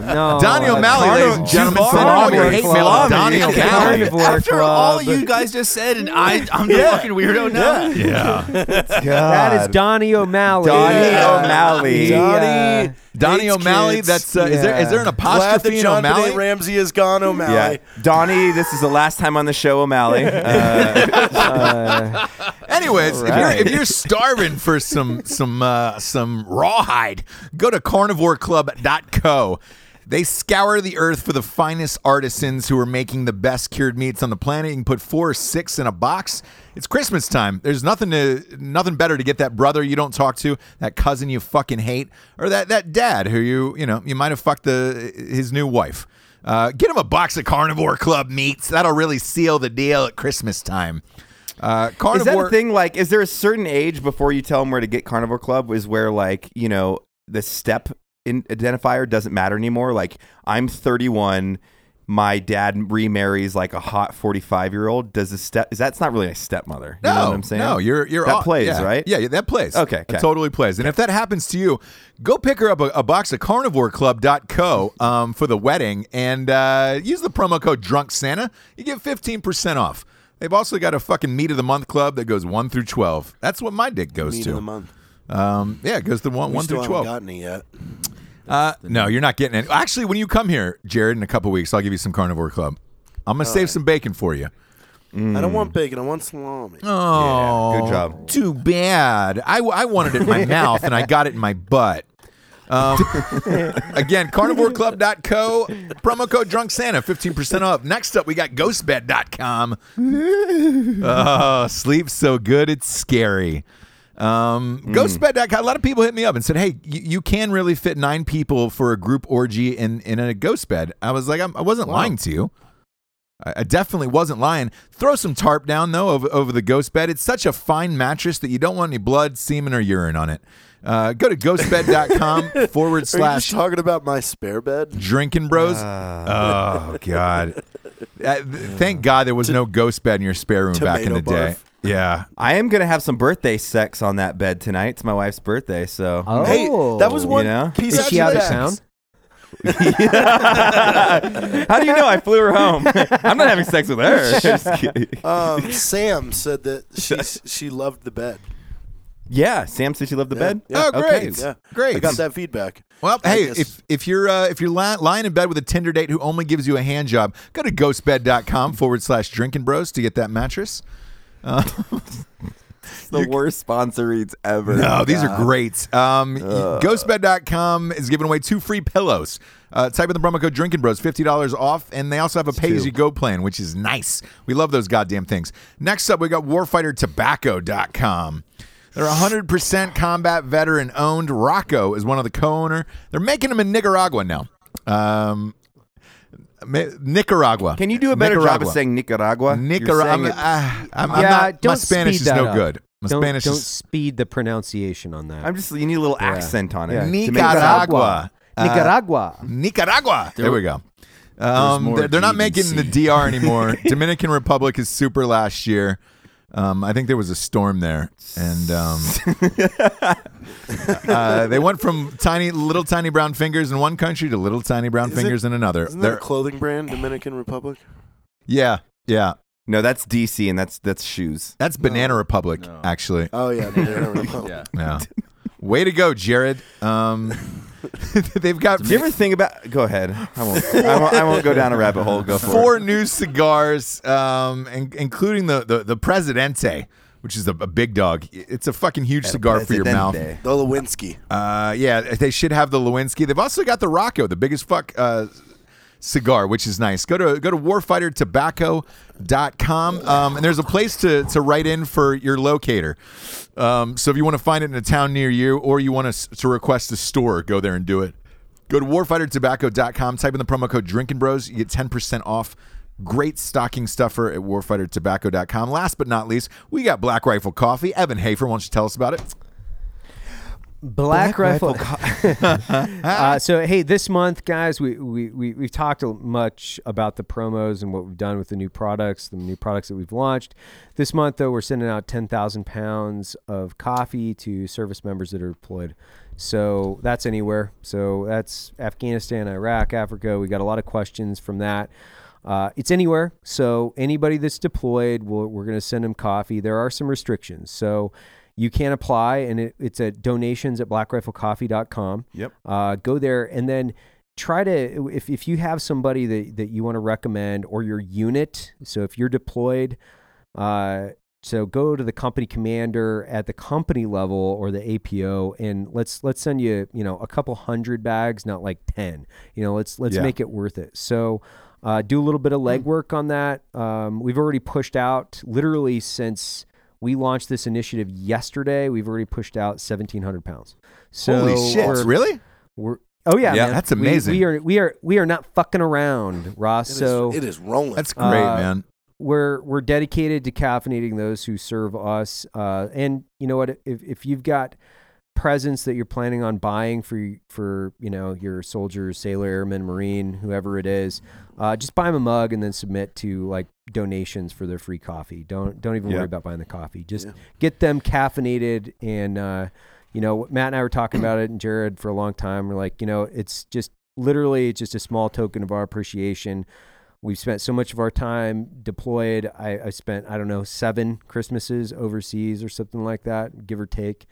Speaker 4: no.
Speaker 3: Donnie O'Malley, ladies and gentlemen,
Speaker 5: Barney
Speaker 3: send all your hate
Speaker 5: Club.
Speaker 3: mail to Donnie
Speaker 5: Barney
Speaker 3: O'Malley.
Speaker 5: Club.
Speaker 6: After
Speaker 3: uh,
Speaker 6: all you guys just said, and I, I'm the fucking weirdo now.
Speaker 3: Yeah.
Speaker 4: that is Donnie O'Malley.
Speaker 5: Donnie
Speaker 4: Yeah.
Speaker 5: O'Malley.
Speaker 4: He, uh,
Speaker 2: Donnie.
Speaker 3: Donnie
Speaker 2: hates
Speaker 3: O'Malley,
Speaker 2: kids.
Speaker 3: that's uh, is there is there an
Speaker 2: Glad that
Speaker 3: apostrophe in
Speaker 2: John Benet
Speaker 3: O'Malley?
Speaker 2: Ramsey is gone.
Speaker 5: Yeah,
Speaker 2: O'Malley.
Speaker 5: Donnie, this is the last time on the show, O'Malley. Uh,
Speaker 3: Anyways, if,
Speaker 5: Right.
Speaker 3: you're, if you're starving for some some uh, some rawhide, go to carnivoreclub.co. They scour the earth for the finest artisans who are making the best cured meats on the planet. You can put four or six in a box. It's Christmas time. There's nothing to nothing better to get that brother you don't talk to, that cousin you fucking hate, or that that dad who you you know you might have fucked the his new wife. Uh, get him a box of Carnivore Club meats. That'll really seal the deal at Christmas time. Uh,
Speaker 5: is that a
Speaker 3: carnivore.
Speaker 5: thing? Like, is there a certain age before you tell them where to get Carnivore Club? Is where like you know the step in identifier doesn't matter anymore? Like, I'm 31. My dad remarries like a hot 45 year old. Does the step? Is that's not really a stepmother? You
Speaker 3: no,
Speaker 5: know what I'm saying?
Speaker 3: no, you're you're
Speaker 5: that
Speaker 3: all-
Speaker 5: plays
Speaker 3: yeah.
Speaker 5: right.
Speaker 3: Yeah, yeah, that plays.
Speaker 5: Okay,
Speaker 3: That
Speaker 5: okay.
Speaker 3: totally plays. And if that happens to you, go pick her up a, a box of CarnivoreClub.co um, for the wedding, and uh, use the promo code Drunk Santa. You get fifteen percent off. They've also got a fucking meat of the month club that goes one through twelve. That's what my dick goes
Speaker 2: Meat
Speaker 3: to.
Speaker 2: of the month.
Speaker 3: Um, yeah, it goes to one
Speaker 2: We
Speaker 3: one
Speaker 2: still
Speaker 3: through
Speaker 2: haven't
Speaker 3: twelve.
Speaker 2: gotten it yet.
Speaker 3: Uh, no, you're not getting it. Actually, when you come here, Jared, in a couple weeks, I'll give you some Carnivore Club. I'm gonna save some bacon for you.
Speaker 2: I don't want bacon. I want salami.
Speaker 3: Oh,
Speaker 5: good job.
Speaker 3: Too bad. I, I wanted it in my mouth and I got it in my butt. Um, again, carnivoreclub.co, promo code drunk Santa, 15% off. Next up, we got ghostbed.com. Oh, sleep so good, it's scary. Um,
Speaker 2: Hmm.
Speaker 3: Ghostbed.com. A lot of people hit me up and said, "Hey, you, you can really fit nine people for a group orgy in in a ghost bed." I was like, I'm, "I wasn't lying to you. I, I definitely wasn't lying." Throw some tarp down though over, over the ghost bed. It's such a fine mattress that you don't want any blood, semen, or urine on it. Uh, go to ghostbed.com
Speaker 2: Are
Speaker 3: forward
Speaker 2: you just
Speaker 3: slash
Speaker 2: talking about my spare bed?
Speaker 3: drinking bros. oh God! Uh, th- thank God there was no ghost bed in your spare room back in the
Speaker 2: Tomato
Speaker 3: day.
Speaker 2: barf.
Speaker 3: Yeah,
Speaker 5: I am gonna have some birthday sex on that bed tonight. It's my wife's birthday, so
Speaker 4: Oh.
Speaker 2: Hey, that was
Speaker 4: You
Speaker 2: one
Speaker 5: know?
Speaker 2: piece
Speaker 4: Is
Speaker 2: of
Speaker 4: she out of town?
Speaker 2: facts.
Speaker 5: how do you know I flew her home? I'm not having sex with her. Just kidding.
Speaker 2: Um, Sam said that she she loved the bed.
Speaker 5: yeah, Sam said she loved the bed.
Speaker 3: Oh, great.
Speaker 5: Okay.
Speaker 2: Yeah,
Speaker 3: Great.
Speaker 2: I got that feedback.
Speaker 3: Well,
Speaker 2: I
Speaker 3: hey,
Speaker 2: guess-
Speaker 3: if if you're uh, if you're li- lying in bed with a Tinder date who only gives you a hand job, go to ghostbed.com forward slash drinking bros to get that mattress.
Speaker 5: the worst sponsor reads ever.
Speaker 3: No, these are great. Um, y- Ghostbed.com is giving away two free pillows. Uh, type in the promo code Drinking Bros, fifty dollars off, and they also have a pay as you go plan, which is nice. We love those goddamn things. Next up, we got WarfighterTobacco.com. They're 100% combat veteran owned. Rocco is one of the co-owner. They're making them in Nicaragua now. Um, Ma- Nicaragua.
Speaker 5: Can you do a better job
Speaker 3: Nicaragua.
Speaker 5: of saying Nicaragua? You're saying
Speaker 3: Nicaragua?
Speaker 5: it-
Speaker 3: I'm, I'm, I'm
Speaker 4: Yeah,
Speaker 3: not,
Speaker 4: don't
Speaker 3: my Spanish
Speaker 4: speed
Speaker 3: is
Speaker 4: that
Speaker 3: no
Speaker 4: up.
Speaker 3: good. My
Speaker 4: don't,
Speaker 3: Spanish
Speaker 4: don't
Speaker 3: is
Speaker 4: speed the pronunciation on that.
Speaker 5: I'm just. You need a little accent on it.
Speaker 4: Yeah.
Speaker 5: to make it sound-
Speaker 3: Nicaragua. Uh,
Speaker 4: Nicaragua.
Speaker 3: Nicaragua. There we go. Um,
Speaker 6: more
Speaker 3: they're, they're not
Speaker 6: D than
Speaker 3: making the
Speaker 6: C.
Speaker 3: DR anymore. Dominican Republic is super last year. Um, I think there was a storm there, and um, uh, they went from tiny, little tiny brown fingers in one country to little tiny brown
Speaker 2: Is it-
Speaker 3: fingers in another.
Speaker 2: Isn't that a
Speaker 3: They're-
Speaker 2: clothing brand, Dominican Republic?
Speaker 3: yeah, yeah.
Speaker 5: No, that's DC, and that's that's shoes.
Speaker 3: That's Banana Republic,
Speaker 6: No.
Speaker 3: actually.
Speaker 2: Oh yeah, Dominican Republic.
Speaker 6: Yeah.
Speaker 3: Yeah. Way to go, Jared. Um, they've got
Speaker 5: Do you ever think about? Go ahead. I won't. I won't, I won't go down a rabbit hole. Go for
Speaker 3: four
Speaker 5: it.
Speaker 3: new cigars, um, in- including the, the the Presidente, which is a, a big dog. It's a fucking huge cigar for your mouth.
Speaker 5: Presidente.
Speaker 2: The Lewinsky.
Speaker 3: Uh, yeah, they should have the Lewinsky. They've also got the Rocco, the biggest fuck uh, cigar, which is nice. Go to go to warfightertobacco.com. Um, and there's a place to, to write in for your locator. Um, so if you want to find it in a town near you or you want us to request a store, go there and do it. Go to warfightertobacco.com, type in the promo code Drinking Bros, you get 10% off. Great stocking stuffer at warfightertobacco.com. Last but not least, we got Black Rifle Coffee. Evan Hafer, why don't you tell us about it?
Speaker 4: Black, Rifle. uh, so hey, this month, guys, we we we we've talked a- much about the promos and what we've done with the new products, the new products that we've launched. This month, though, we're sending out ten thousand pounds of coffee to service members that are deployed So that's anywhere. So that's Afghanistan, Iraq, Africa. We got a lot of questions from that. Uh, it's anywhere. So anybody that's deployed, we'll, we're going to send them coffee. There are some restrictions. So you can apply, and it, it's at donations at blackriflecoffee.com.
Speaker 5: Yep.
Speaker 4: Uh, go there and then try to, if, if you have somebody that, that you want to recommend or your unit, so if you're deployed, uh, so go to the company commander at the company level or the APO, and let's let's send you you know a couple hundred bags, not like ten. You know, let's let's
Speaker 5: Yeah. Hmm.
Speaker 4: make it worth it. So uh, do a little bit of legwork on that. Um, we've already pushed out literally since we launched this initiative yesterday. We've already pushed out seventeen hundred pounds. So
Speaker 3: Holy shit!
Speaker 4: we're-
Speaker 3: Really?
Speaker 4: we're- oh yeah,
Speaker 5: Yeah,
Speaker 4: man.
Speaker 3: that's
Speaker 4: We-
Speaker 3: amazing.
Speaker 4: We, are we are we are not fucking around, Ross.
Speaker 2: It is-
Speaker 4: so
Speaker 2: it is rolling.
Speaker 3: That's great,
Speaker 4: Uh,
Speaker 3: man.
Speaker 4: we're we're dedicated to caffeinating those who serve us. Uh, and you know what? If if you've got presents that you're planning on buying for for you know your soldier, sailor, airman, marine, whoever it is, uh, just buy them a mug and then submit to like donations for their free coffee. Don't don't even
Speaker 5: Yeah.
Speaker 4: worry about buying the coffee. Just
Speaker 2: Yeah.
Speaker 4: get them caffeinated and. Uh, you know, Matt and I were talking about it and Jared for a long time. We're like, you know, it's just literally it's just a small token of our appreciation. We've spent so much of our time deployed. I, I spent, I don't know, seven Christmases overseas or something like that, give or take.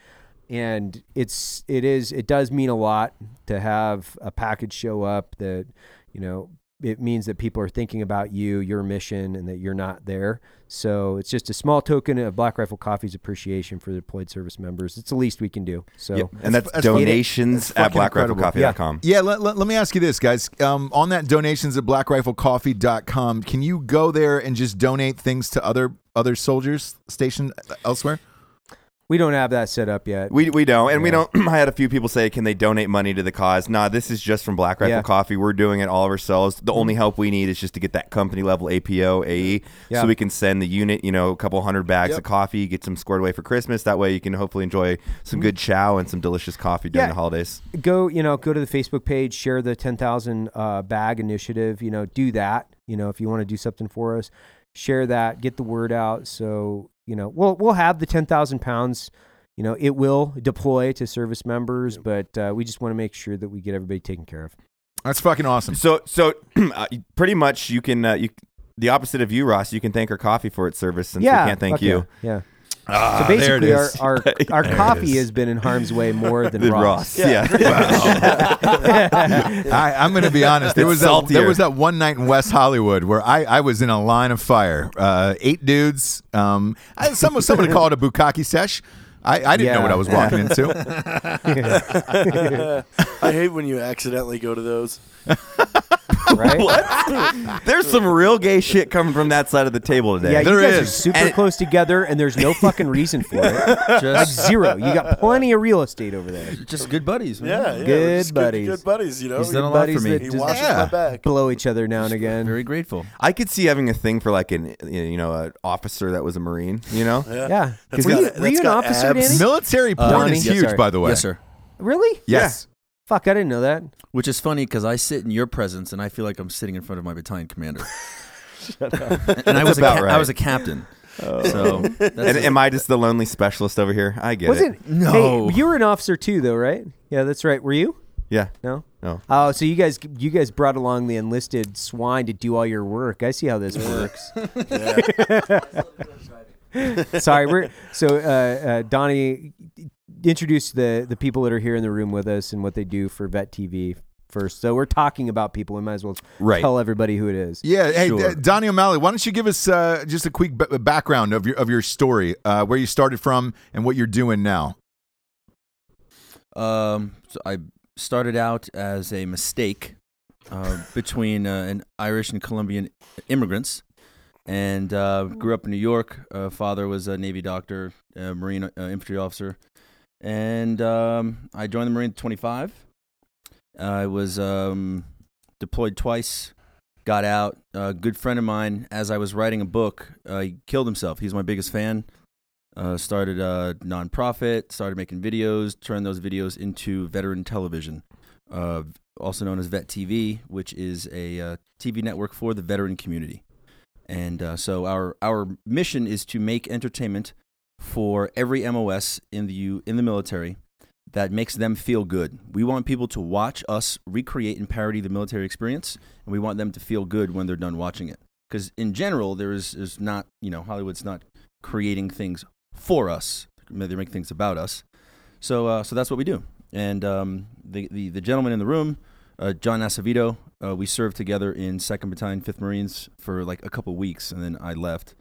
Speaker 4: And it's, it is, it does mean a lot to have a package show up that, you know, it means that people are thinking about you, your mission, and that you're not there. So it's just a small token of Black Rifle Coffee's appreciation for the deployed service members. It's the least we can do. So
Speaker 5: Yep. And that's,
Speaker 3: that's fucking-
Speaker 5: donations
Speaker 3: that's
Speaker 5: at
Speaker 3: fucking incredible.
Speaker 5: blackriflecoffee.com.
Speaker 3: um, Yeah, let, let, let me ask you this, guys. Um, on that donations at blackriflecoffee.com, can you go there and just donate things to other other soldiers stationed elsewhere?
Speaker 4: we don't have that set up yet.
Speaker 5: We, we don't, and we
Speaker 4: Yeah.
Speaker 5: don't. I had a few people say, "Can they donate money to the cause?" Nah, this is just from Black Rifle
Speaker 4: Yeah. Mm.
Speaker 5: Coffee. We're doing it all ourselves. The only help we need is just to get that company level APO AE,
Speaker 4: Yeah.
Speaker 5: E, so we can send the unit, you know, a couple hundred bags of coffee, get some squared away for Christmas. That way, you can hopefully enjoy some good chow and some delicious coffee during
Speaker 4: Mm-hmm. Yeah.
Speaker 5: the holidays.
Speaker 4: go you know go to the facebook page share the 10000 uh, bag initiative you know do that you know if you want to do something for us share that get the word out so you know we'll we'll have the 10000 pounds you know it will deploy to service members but uh, we just want to make sure that we get everybody taken care of
Speaker 3: That's fucking awesome.
Speaker 5: So, so uh, pretty much, you can uh, you the opposite of you, Ross. You can thank our coffee for its service, since
Speaker 4: yeah
Speaker 5: we can't thank
Speaker 4: fuck
Speaker 5: you.
Speaker 4: yeah, yeah.
Speaker 3: Ah,
Speaker 4: so
Speaker 3: there it
Speaker 4: basically our
Speaker 3: is.
Speaker 4: our, our
Speaker 5: There it
Speaker 4: coffee
Speaker 5: is.
Speaker 4: has been in harm's way more than ross,
Speaker 5: Ross. yeah.
Speaker 3: I, I'm going to be honest. There
Speaker 5: It's
Speaker 3: was that,
Speaker 5: saltier.
Speaker 3: there was that one night in West Hollywood where I, I was in a line of fire. Uh, eight dudes. Um, I, someone someone called it a bukkake sesh. I, I didn't know
Speaker 4: Yeah.
Speaker 3: what I was walking into.
Speaker 2: I hate when you accidentally go to those.
Speaker 4: right
Speaker 5: There's some real gay shit coming from that side of the table today.
Speaker 4: yeah
Speaker 3: There
Speaker 4: you guys are
Speaker 3: is.
Speaker 4: super
Speaker 5: And-
Speaker 4: close together and there's no fucking reason for it like
Speaker 6: Just,
Speaker 4: zero. You got plenty of real estate over there.
Speaker 6: just good buddies. Man.
Speaker 2: Yeah, yeah
Speaker 4: Good
Speaker 2: we're just
Speaker 4: buddies.
Speaker 2: Good, buddies, you know.
Speaker 6: He's done a
Speaker 2: He-
Speaker 6: lot for
Speaker 4: buddies
Speaker 6: me.
Speaker 4: that
Speaker 2: He
Speaker 4: just
Speaker 2: washes
Speaker 3: Yeah.
Speaker 2: my back.
Speaker 4: blow each other now and again.
Speaker 6: Very grateful.
Speaker 5: I could see having a thing for like an you know an officer that was a marine. You know,
Speaker 4: Yeah.
Speaker 2: That's
Speaker 4: Were
Speaker 2: got-
Speaker 4: you,
Speaker 2: that's
Speaker 4: were you an
Speaker 2: got
Speaker 4: officer,
Speaker 2: abs.
Speaker 4: Danny?
Speaker 3: Military porn
Speaker 4: Donnie?
Speaker 3: is
Speaker 4: Yeah,
Speaker 3: huge,
Speaker 4: sorry.
Speaker 3: by the way.
Speaker 6: Yes, sir.
Speaker 4: Really?
Speaker 3: Yes.
Speaker 4: Fuck, I didn't know that.
Speaker 6: Which is funny because I sit in your presence and I feel like I'm sitting in front of my battalion commander. And I was
Speaker 5: about
Speaker 6: a
Speaker 5: right.
Speaker 6: I was a captain. So that's
Speaker 5: and am I just the lonely specialist over here? I get it.
Speaker 4: Wasn't
Speaker 6: No.
Speaker 4: Hey, you were an officer too, though, right? Yeah, that's right. Were you?
Speaker 5: Yeah.
Speaker 4: No.
Speaker 5: No.
Speaker 4: Oh, so you guys you guys brought along the enlisted swine to do all your work. I see how this works. Sorry, we're so uh, uh, Donnie introduced the the people that are here in the room with us and what they do for Vet TV first. So we're talking about people. We might as well
Speaker 5: Right.
Speaker 4: tell everybody who it is.
Speaker 3: Yeah, hey,
Speaker 5: Sure.
Speaker 3: uh, Donnie O'Malley, why don't you give us uh, just a quick b- background of your of your story, uh, where you started from, and what you're doing now?
Speaker 6: Um, so I started out as a mistake uh, between uh, an Irish and Colombian immigrants, and uh, grew up in New York. Uh, father was a Navy doctor, a Marine uh, infantry officer, and um, I joined the Marine at 25. I was um, deployed twice. Got out. A good friend of mine, as I was writing a book, uh, he killed himself. He's my biggest fan uh, started a nonprofit, started making videos, turned those videos into veteran television, uh, also known as Vet TV, which is a uh, TV network for the veteran community. And uh, so our our mission is to make entertainment for every MOS in the U, in the military, that makes them feel good. We want people to watch us recreate and parody the military experience, and we want them to feel good when they're done watching it. Because in general, there is, is not, you know, Hollywood's not creating things for us. They make things about us. So, uh, so that's what we do. And um, the, the, the gentleman in the room, uh, John Acevedo, uh, we served together in 2nd Battalion, 5th Marines for like a couple weeks, and then I left.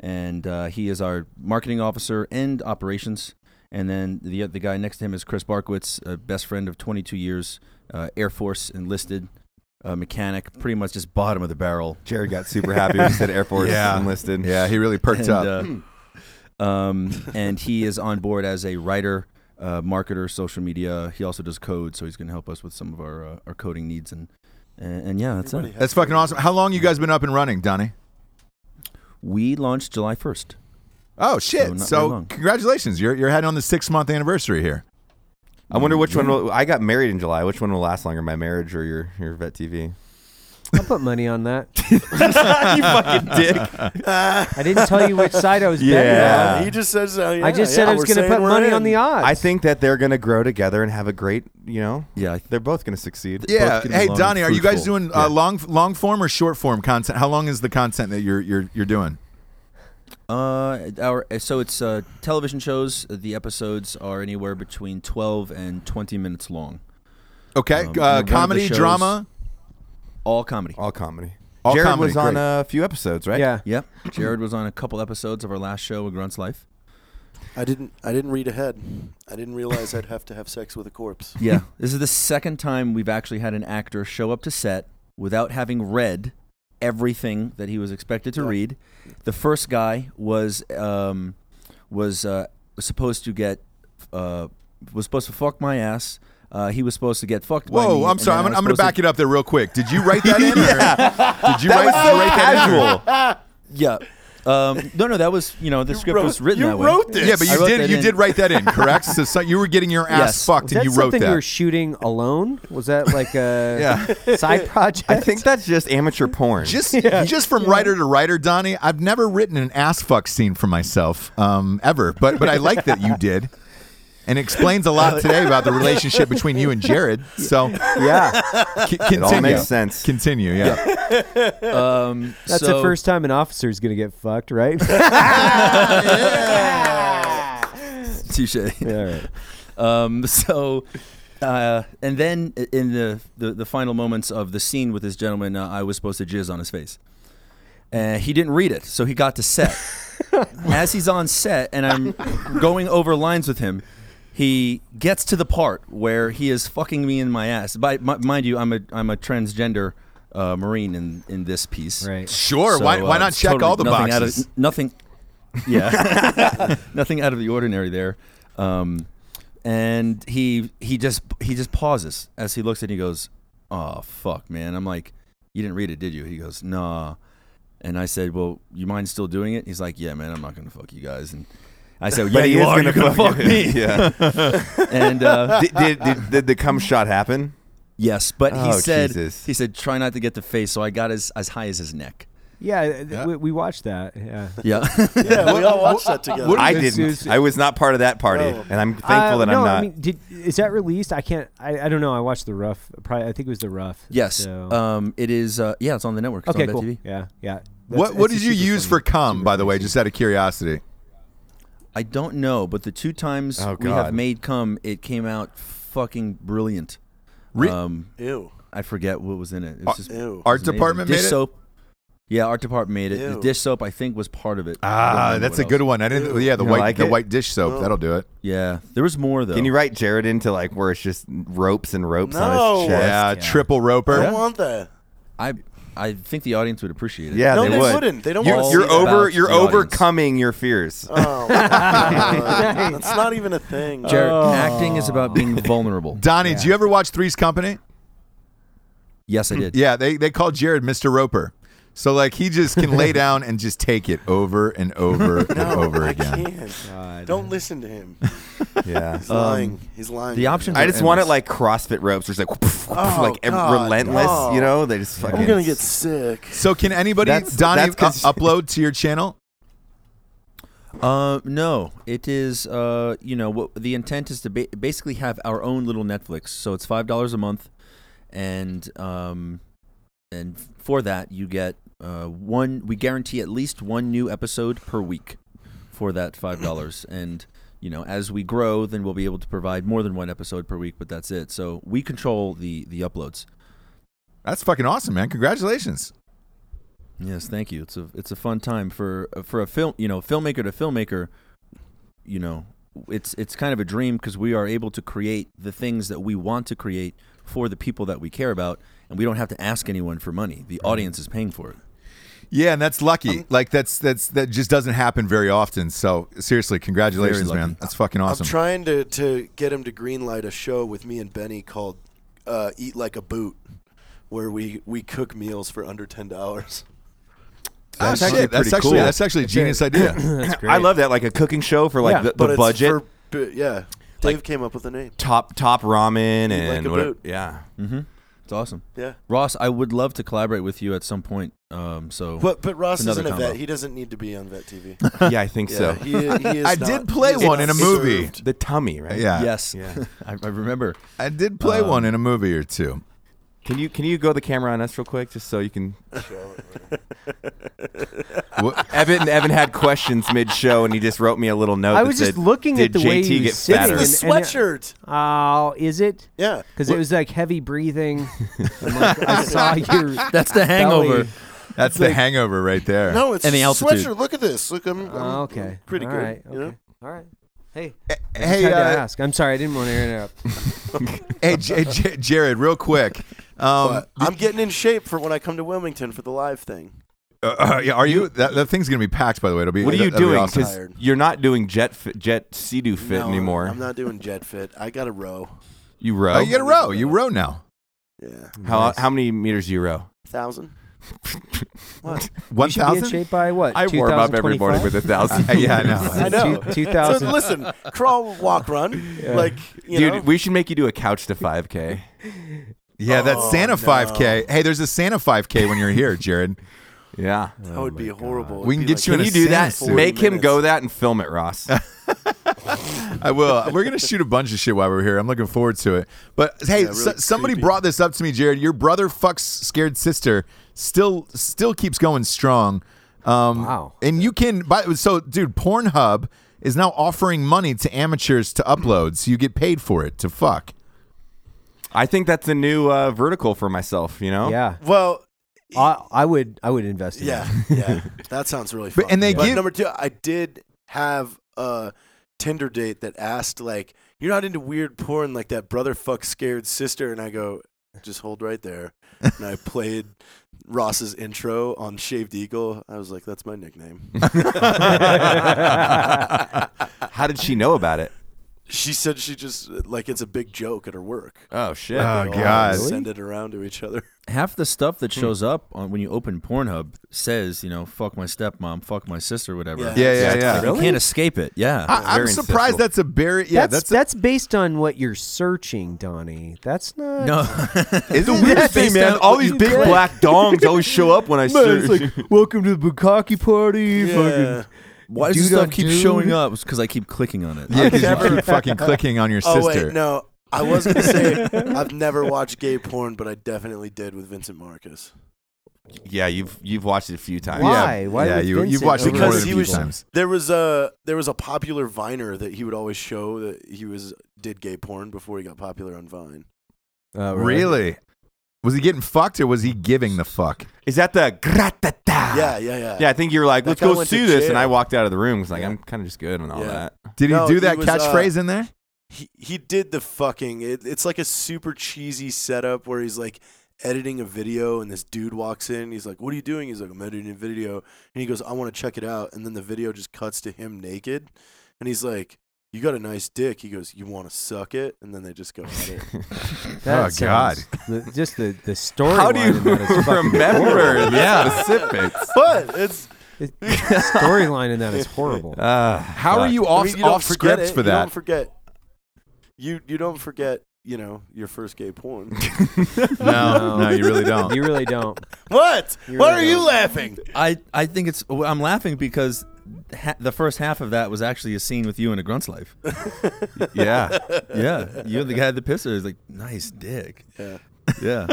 Speaker 6: And uh, he is our marketing officer and operations. And then the, the guy next to him is Chris Barkowitz, a best friend of 22 years, uh, Air Force enlisted, uh, mechanic, pretty much just bottom of the barrel.
Speaker 5: Jared got super happy when he said Air Force
Speaker 3: Yeah.
Speaker 5: enlisted.
Speaker 3: Yeah, he really perked
Speaker 6: and,
Speaker 3: up.
Speaker 6: uh, um, and he is on board as a writer, uh, marketer, social media. He also does code, so he's going to help us with some of our uh, our coding needs and and, and yeah, that's it.
Speaker 3: That's fucking awesome. How long you guys been up and running, Donnie?
Speaker 6: We launched July first.
Speaker 3: Oh
Speaker 6: So
Speaker 3: shit!
Speaker 6: not very
Speaker 3: So,
Speaker 6: long.
Speaker 3: congratulations, you're you're heading on the six month anniversary here.
Speaker 5: I wonder which one will. I got married in July. Which one will last longer, my marriage or your your vet TV?
Speaker 4: I'll put money on that.
Speaker 5: you fucking dick.
Speaker 4: I didn't tell you which side I was betting
Speaker 5: Yeah.
Speaker 4: on.
Speaker 2: He just says, uh,
Speaker 4: I
Speaker 2: yeah,
Speaker 4: just
Speaker 2: yeah,
Speaker 4: said I was
Speaker 2: we're
Speaker 4: going to
Speaker 2: saying
Speaker 4: put
Speaker 2: we're
Speaker 4: money
Speaker 2: in.
Speaker 4: on the odds.
Speaker 5: I think that they're gonna grow together and have a great. You know,
Speaker 6: Yeah, I
Speaker 5: they're both gonna succeed.
Speaker 3: Yeah.
Speaker 6: getting
Speaker 3: Hey,
Speaker 6: along
Speaker 3: Donnie, are you guys
Speaker 6: fruitful.
Speaker 3: doing uh, long long form or short form content? How long is the content that you're you're you're doing?
Speaker 6: Uh, our so it's uh, television shows. The episodes are anywhere between twelve and twenty minutes long.
Speaker 3: Okay,
Speaker 6: Um, one
Speaker 3: uh,
Speaker 6: of the
Speaker 3: comedy,
Speaker 6: shows-
Speaker 3: drama.
Speaker 6: All comedy.
Speaker 5: All comedy.
Speaker 3: All
Speaker 5: Jared
Speaker 3: comedy,
Speaker 5: was on
Speaker 3: great.
Speaker 5: a few episodes, right?
Speaker 4: Yeah.
Speaker 6: Yep. Jared was on a couple episodes of our last show, A Grunt's Life.
Speaker 2: I didn't. I didn't read ahead. I didn't realize I'd have to have sex with a corpse.
Speaker 6: Yeah. this is the second time we've actually had an actor show up to set without having read everything that he was expected to
Speaker 2: Yeah.
Speaker 6: read. The first guy was um, was uh, was supposed to get uh, was supposed to fuck my ass. Uh, he was supposed to get fucked. by
Speaker 3: Whoa,
Speaker 6: me,
Speaker 3: I'm sorry. I'm, gonna- I'm
Speaker 6: and then e- I was
Speaker 3: going to
Speaker 6: supposed
Speaker 3: back it up there real quick. Did you write that in? or- Did you
Speaker 5: That
Speaker 3: write
Speaker 5: was
Speaker 3: did you
Speaker 5: so
Speaker 3: write that in or-
Speaker 5: casual.
Speaker 6: Yeah. Um, no, no, that was you know the
Speaker 2: You
Speaker 6: script
Speaker 2: wrote-
Speaker 6: was written
Speaker 2: you
Speaker 6: that way.
Speaker 2: wrote this.
Speaker 3: Yeah, but
Speaker 6: I
Speaker 3: you
Speaker 6: wrote that
Speaker 3: did you
Speaker 6: in.
Speaker 3: did write that in, correct? So, so you were getting your ass
Speaker 6: Yes.
Speaker 3: fucked,
Speaker 4: Is
Speaker 3: and
Speaker 4: that
Speaker 3: you wrote
Speaker 4: something
Speaker 3: that.
Speaker 4: you were shooting alone? Was that like a side project?
Speaker 5: I think that's just amateur porn.
Speaker 3: just just from writer to writer, Donnie. I've never written an ass fuck scene for myself um, ever, but but I like that you did, and it explains a lot today about the relationship between you and Jared. So
Speaker 5: yeah.
Speaker 3: c-
Speaker 5: It all
Speaker 3: continue,
Speaker 5: makes sense.
Speaker 3: continue, yeah.
Speaker 6: Um,
Speaker 4: that's
Speaker 6: so-
Speaker 4: the first time an officer's going to get fucked, right?
Speaker 6: touche.
Speaker 4: Yeah, right.
Speaker 6: Um, so, uh, and then i- in the, the the final moments of the scene with this gentleman, uh, I was supposed to jizz on his face. And he didn't read it, so he got to set. As he's on set, and I'm going over lines with him, he gets to the part where he is fucking me in my ass. By, mi- mind you, I'm a I'm a transgender uh, marine in in this piece.
Speaker 4: Right.
Speaker 3: Sure,
Speaker 6: So,
Speaker 3: why, why
Speaker 6: uh,
Speaker 3: not
Speaker 6: it's
Speaker 3: check
Speaker 6: totally
Speaker 3: all the
Speaker 6: nothing out of-
Speaker 3: boxes?
Speaker 6: nothing. Yeah, nothing out of the ordinary there. Um, and he he just he just pauses as he looks at. It, he goes, "Oh fuck, man." I'm like, "You didn't read it, did you?" He goes, "Nah." And I said, "Well, you mind still doing it?" He's like, "Yeah, man. I'm not gonna fuck you guys." And I said, "Yeah,
Speaker 5: he
Speaker 6: you
Speaker 5: is gonna
Speaker 6: are. You're gonna fuck,
Speaker 5: fuck you."
Speaker 6: me."
Speaker 5: Yeah.
Speaker 6: and uh,
Speaker 5: did, did, did, did the cum shot happen?
Speaker 6: yes, but he
Speaker 5: Oh,
Speaker 6: said
Speaker 5: Jesus.
Speaker 6: he said try not to get the face. So I got as as high as his neck.
Speaker 4: yeah, th- We, we watched that. Yeah.
Speaker 6: Yeah.
Speaker 2: Yeah, we all watched that together.
Speaker 3: what-
Speaker 5: I
Speaker 4: It's-
Speaker 5: didn't.
Speaker 4: it's-
Speaker 5: I was not part of that party,
Speaker 2: No.
Speaker 5: and I'm thankful
Speaker 4: Uh,
Speaker 5: that
Speaker 4: no,
Speaker 5: I'm not.
Speaker 4: I mean, did, is that released? I can't. I, I don't know. I watched the rough. Probably, I think it was the rough.
Speaker 6: Yes.
Speaker 4: So-
Speaker 6: Um, it is. Uh, yeah, it's on the network. It's
Speaker 4: okay.
Speaker 6: on
Speaker 4: Cool.
Speaker 6: BetTV.
Speaker 4: Yeah. Yeah.
Speaker 3: What
Speaker 4: That's-
Speaker 3: what
Speaker 4: that's
Speaker 3: did
Speaker 4: a
Speaker 3: you
Speaker 4: super
Speaker 3: use
Speaker 4: funny-
Speaker 3: for cum?
Speaker 4: super
Speaker 3: By the way,
Speaker 4: funny
Speaker 3: just out of curiosity.
Speaker 6: I don't know, but the two times
Speaker 5: Oh,
Speaker 6: we have
Speaker 5: God.
Speaker 6: made come, it came out fucking brilliant.
Speaker 3: Re-
Speaker 6: um,
Speaker 2: Ew.
Speaker 6: I forget what was in it. It was just
Speaker 2: Ew.
Speaker 3: Art
Speaker 6: amazing.
Speaker 3: department
Speaker 6: dish
Speaker 3: made it.
Speaker 6: soap. Yeah, art department made it. The
Speaker 2: Ew.
Speaker 6: dish soap, I think, was part of it. I
Speaker 3: Ah,
Speaker 6: don't remember
Speaker 3: that's
Speaker 6: what
Speaker 3: a good
Speaker 6: else.
Speaker 3: one. I didn't. Yeah, the
Speaker 5: You
Speaker 3: white
Speaker 5: like
Speaker 3: the
Speaker 5: it?
Speaker 3: white dish soap.
Speaker 2: No.
Speaker 3: That'll do it.
Speaker 6: Yeah, there was more though.
Speaker 5: Can you write Jared into like where it's just ropes and ropes on his
Speaker 2: No.
Speaker 5: chest?
Speaker 3: Yeah, triple roper.
Speaker 2: I don't want that.
Speaker 6: I I think the audience would appreciate it.
Speaker 5: Yeah,
Speaker 2: no,
Speaker 5: they,
Speaker 2: they,
Speaker 5: would.
Speaker 2: wouldn't. They don't
Speaker 5: You're,
Speaker 2: want to
Speaker 6: All
Speaker 5: you're
Speaker 2: see that.
Speaker 5: over.
Speaker 6: about
Speaker 5: You're
Speaker 6: the audience.
Speaker 5: overcoming your fears.
Speaker 2: Oh, God. that's not even a thing.
Speaker 6: Jared, acting is about
Speaker 3: Oh.
Speaker 6: being vulnerable.
Speaker 3: Donnie, did you ever watch Three's Company?
Speaker 6: yes, I did.
Speaker 3: Yeah, they they call Jared Mr. Roper. So like he just can lay down and just take it over and over and
Speaker 2: no,
Speaker 3: over
Speaker 2: I
Speaker 3: again.
Speaker 2: can't. Um,
Speaker 4: God.
Speaker 2: Don't listen to him.
Speaker 5: yeah.
Speaker 2: He's lying. He's lying.
Speaker 6: The options.
Speaker 5: I
Speaker 6: are
Speaker 5: just want it
Speaker 6: endless.
Speaker 5: like CrossFit ropes, just like like ev-
Speaker 2: God,
Speaker 5: relentless.
Speaker 2: no.
Speaker 5: You know, they just fucking.
Speaker 2: I'm gonna get sick.
Speaker 3: So can anybody
Speaker 5: That's-
Speaker 3: Donnie
Speaker 5: that's 'cause-
Speaker 3: u- upload to your channel?
Speaker 6: Uh, no, it is. Uh, you know, what the intent is to ba- basically have our own little Netflix. So it's five dollars a month, and um, and for that you get uh one. We guarantee at least one new episode per week for that five dollars, and you know, as we grow, then we'll be able to provide more than one episode per week. But that's it. So we control the the uploads.
Speaker 3: That's fucking awesome, man. Congratulations.
Speaker 6: Yes, thank you. It's a it's a fun time for for a film you know filmmaker to filmmaker. You know, it's it's kind of a dream because we are able to create the things that we want to create for the people that we care about, and we don't have to ask anyone for money. The audience is paying for it.
Speaker 3: Yeah, and that's lucky. like that's that's that just doesn't happen very often. So seriously, congratulations,
Speaker 6: Very lucky.
Speaker 3: man. That's fucking awesome.
Speaker 2: I'm trying to, to get him to greenlight a show with me and Benny called uh, "Eat Like a Boot," where we, we cook meals for under ten dollars.
Speaker 3: Oh,
Speaker 5: That's
Speaker 3: shit,
Speaker 5: actually
Speaker 3: that's
Speaker 5: pretty
Speaker 3: actually
Speaker 5: cool.
Speaker 3: that's actually a genius idea.
Speaker 4: That's great.
Speaker 5: I love that, like a cooking show for like
Speaker 4: Yeah,
Speaker 5: the,
Speaker 2: But
Speaker 5: the
Speaker 2: it's
Speaker 5: budget,
Speaker 2: for bu- yeah. Dave came up with the name.
Speaker 5: top top ramen
Speaker 2: like
Speaker 5: and
Speaker 2: a
Speaker 5: whatever.
Speaker 2: boot.
Speaker 5: Yeah,
Speaker 6: It's awesome,
Speaker 2: Yeah,
Speaker 6: Ross. I would love to collaborate with you at some point. Um, so
Speaker 2: but but Ross
Speaker 6: Another
Speaker 2: isn't a
Speaker 6: combo.
Speaker 2: vet. He doesn't need to be on Vet TV.
Speaker 5: yeah, I think
Speaker 2: Yeah,
Speaker 5: so.
Speaker 2: he, he is
Speaker 3: I
Speaker 2: not-
Speaker 3: did play
Speaker 2: he is
Speaker 3: one
Speaker 2: not
Speaker 3: in a movie.
Speaker 2: served.
Speaker 5: The tummy, right?
Speaker 2: uh,
Speaker 3: Yeah.
Speaker 6: yes, I, I remember.
Speaker 3: I did play one in a movie or two.
Speaker 5: Can you can you go the camera on us real quick, just so you can?
Speaker 3: What-
Speaker 5: Evan Evan had questions mid show, and he just wrote me a little note.
Speaker 4: I
Speaker 5: that
Speaker 4: was just
Speaker 5: said,
Speaker 4: looking at
Speaker 5: "Did
Speaker 4: the way
Speaker 5: JT
Speaker 4: he
Speaker 5: get
Speaker 4: was sitting
Speaker 5: fatter?"
Speaker 2: The
Speaker 4: And- and-
Speaker 2: sweatshirt.
Speaker 4: Oh, is it?
Speaker 2: Yeah,
Speaker 4: Because it was like heavy breathing. I'm like, I saw your.
Speaker 6: That's the hangover.
Speaker 4: Belly.
Speaker 3: That's the hangover right there.
Speaker 2: No, it's
Speaker 6: And the altitude.
Speaker 2: sweatshirt. Look at this. Look, I'm, I'm
Speaker 4: Oh, okay.
Speaker 2: pretty
Speaker 4: All
Speaker 2: good.
Speaker 4: right,
Speaker 2: you know?
Speaker 4: okay. All right. Hey. I
Speaker 3: Hey,
Speaker 4: tried to
Speaker 3: uh,
Speaker 4: ask. I'm sorry. I didn't want to interrupt.
Speaker 3: hey, J- J- Jared, real quick. Um,
Speaker 2: But I'm getting in shape for when I come to Wilmington for the live thing.
Speaker 3: uh, yeah, are you? That, that thing's gonna be packed, by the way. It'll be.
Speaker 5: What are you
Speaker 3: that'll be
Speaker 5: doing?
Speaker 3: awesome.
Speaker 5: 'Cause
Speaker 2: Tired.
Speaker 5: you're not doing jet fit, jet Sea-Doo fit
Speaker 2: No,
Speaker 5: anymore.
Speaker 2: I'm not doing jet fit. I got to row.
Speaker 5: You row.
Speaker 3: Oh, you get a row. You row now.
Speaker 2: Yeah,
Speaker 5: how how many meters do you row?
Speaker 2: thousand. What?
Speaker 3: One
Speaker 4: You should be in
Speaker 3: thousand.
Speaker 4: shape by what?
Speaker 5: I warm up every morning with a thousand.
Speaker 3: Yeah, I know.
Speaker 2: I know.
Speaker 4: Two thousand.
Speaker 2: So listen, crawl, walk, run. Like you
Speaker 5: Dude,
Speaker 2: know,
Speaker 5: we should make you do a couch to 5K.
Speaker 3: Yeah, that
Speaker 2: Oh,
Speaker 3: Santa
Speaker 2: no.
Speaker 3: 5K. Hey, there's a Santa 5K when you're here, Jared.
Speaker 5: Yeah.
Speaker 2: that would be horrible.
Speaker 3: Oh We
Speaker 2: It'd
Speaker 3: can
Speaker 2: be
Speaker 3: get you in
Speaker 5: Can
Speaker 3: a
Speaker 5: you do
Speaker 3: Santa
Speaker 5: that?
Speaker 3: suit.
Speaker 5: Make him
Speaker 2: minutes.
Speaker 5: go that and film it, Ross.
Speaker 3: I will. We're gonna shoot a bunch of shit while we're here. I'm looking forward to it. But hey,
Speaker 2: really
Speaker 3: so- somebody
Speaker 2: creepy.
Speaker 3: brought this up to me, Jared. Your brother fucks scared sister. Still, still keeps going strong. Um,
Speaker 4: Wow.
Speaker 3: And you can buy. So, dude, Pornhub is now offering money to amateurs to upload, so you get paid for it to fuck.
Speaker 5: I think that's a new uh, vertical for myself, you know?
Speaker 4: Yeah.
Speaker 2: Well,
Speaker 4: I, I would. I would invest in.
Speaker 2: yeah,
Speaker 4: that.
Speaker 2: yeah. That sounds really fun.
Speaker 3: But- and they
Speaker 2: But
Speaker 3: give-
Speaker 2: number two. I did have a Tinder date that asked like, "You're not into weird porn like that brother fuck scared sister," and I go, "Just hold right there." And I played Ross's intro on Shaved Eagle. I was like, "That's my nickname."
Speaker 5: How did she know about it?
Speaker 2: she said she just like it's a big joke at her work.
Speaker 5: Oh, shit.
Speaker 3: Oh
Speaker 2: They all
Speaker 3: god.
Speaker 4: Really?
Speaker 2: Send it around to each other.
Speaker 6: half the stuff
Speaker 2: Hmm.
Speaker 6: that shows up on when you open Pornhub says, you know, fuck my stepmom, fuck my sister, whatever.
Speaker 2: Yeah.
Speaker 3: Yeah, yeah, yeah.
Speaker 6: You can't escape it. Yeah.
Speaker 3: I, I'm
Speaker 5: Very
Speaker 3: surprised
Speaker 5: insightful.
Speaker 3: that's a very yeah.
Speaker 4: that's
Speaker 3: That's,
Speaker 4: that's based on what you're searching, Donnie. That's not.
Speaker 6: no.
Speaker 3: a, the
Speaker 5: Weird thing, man. All these big black dongs always show up when I search.
Speaker 4: welcome to the Bukaki party.
Speaker 2: Yeah.
Speaker 6: Why does
Speaker 4: Dude
Speaker 6: this stuff
Speaker 4: on
Speaker 6: keep
Speaker 4: dude.
Speaker 6: showing up? It's because I keep clicking on it.
Speaker 3: Yeah, 'cause you keep fucking clicking on your
Speaker 2: Oh
Speaker 3: sister.
Speaker 2: wait, no. I was gonna say I've never watched gay porn, but I definitely did with Vincent Marcus
Speaker 5: yeah, you've you've watched it a few times.
Speaker 4: Why? Why
Speaker 3: yeah,
Speaker 4: with
Speaker 3: you, you've
Speaker 4: Vincent
Speaker 3: watched it
Speaker 4: over
Speaker 3: more
Speaker 2: Because
Speaker 3: than a
Speaker 2: he
Speaker 3: few
Speaker 2: was-
Speaker 3: times.
Speaker 2: There was a there was a popular Viner that he would always show that he was did gay porn before he got popular on Vine. Oh,
Speaker 4: Uh,
Speaker 3: Really? Was he getting fucked or was he giving the fuck?
Speaker 5: Is that the gratata?
Speaker 2: Yeah, yeah, yeah.
Speaker 5: Yeah, I think you're like,
Speaker 2: That
Speaker 5: let's
Speaker 2: guy
Speaker 5: go
Speaker 2: went
Speaker 5: see
Speaker 2: to
Speaker 5: this,
Speaker 2: jail.
Speaker 5: and I walked out of the room. Was like,
Speaker 2: Yeah.
Speaker 5: I'm kind of just good and all
Speaker 2: Yeah.
Speaker 5: that.
Speaker 3: Did he
Speaker 2: No,
Speaker 3: do
Speaker 2: he
Speaker 3: that
Speaker 2: was, uh,
Speaker 3: catchphrase in there?
Speaker 2: He he did the fucking. It, it's like a super cheesy setup where he's like editing a video and this dude walks in. He's like, "What are you doing?" He's like, "I'm editing a video," and he goes, "I want to check it out." And then the video just cuts to him naked, and he's like. You got a nice dick. He goes, "You want to suck it?" And then they just go at it.
Speaker 3: Oh,
Speaker 4: That sounds- The, just the the story.
Speaker 5: How do you remember the
Speaker 3: Yeah.
Speaker 5: specifics?
Speaker 2: but it's
Speaker 4: storyline in that is horrible.
Speaker 5: Uh,
Speaker 3: How are you
Speaker 2: I
Speaker 3: off,
Speaker 2: mean, you don't
Speaker 3: off
Speaker 2: forget
Speaker 3: script
Speaker 2: it.
Speaker 3: for
Speaker 2: You
Speaker 3: that?
Speaker 2: don't forget. You you don't forget. You know your first gay porn.
Speaker 3: no, no, you really don't.
Speaker 4: you really don't.
Speaker 2: what?
Speaker 4: You
Speaker 2: Why
Speaker 4: really
Speaker 2: are you
Speaker 4: don't.
Speaker 2: laughing?
Speaker 6: I, I think it's. well, I'm laughing because ha- the first half of that was actually a scene with you in a grunt's life.
Speaker 5: yeah.
Speaker 6: yeah, you're the guy that pissed her. It's like nice dick.
Speaker 2: Yeah.
Speaker 6: Yeah,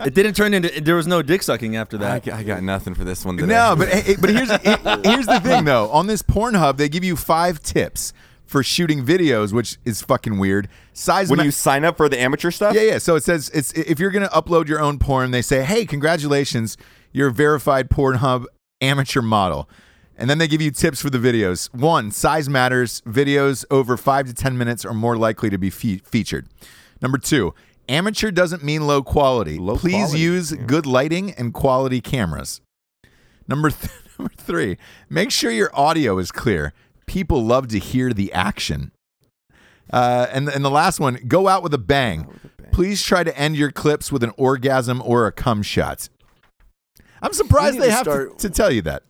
Speaker 6: it didn't turn into. There was no dick sucking after
Speaker 5: I,
Speaker 6: that.
Speaker 5: g- I got nothing for this one today.
Speaker 3: No, but eh, eh, but here's eh, here's the thing though. On this Pornhub, they give you five tips for shooting videos, which is fucking weird. Size
Speaker 5: when
Speaker 3: ma-
Speaker 5: you sign up for the amateur stuff,
Speaker 3: Yeah, yeah. So it says it's if you're gonna upload your own porn, they say, "Hey, congratulations, you're a verified Pornhub amateur model." And then they give you tips for the videos. One, size matters. Videos over five to ten minutes are more likely to be fe- featured. Number two, amateur doesn't mean low quality.
Speaker 5: Low
Speaker 3: Please
Speaker 5: quality,
Speaker 3: use
Speaker 5: yeah.
Speaker 3: good lighting and quality cameras. Number th- number three, make sure your audio is clear. People love to hear the action. Uh, and and the last one, go out with a bang. Please try to end your clips with an orgasm or a cum shot. I'm surprised
Speaker 2: We need
Speaker 3: they
Speaker 2: to
Speaker 3: have to,
Speaker 2: start-
Speaker 3: to tell you that.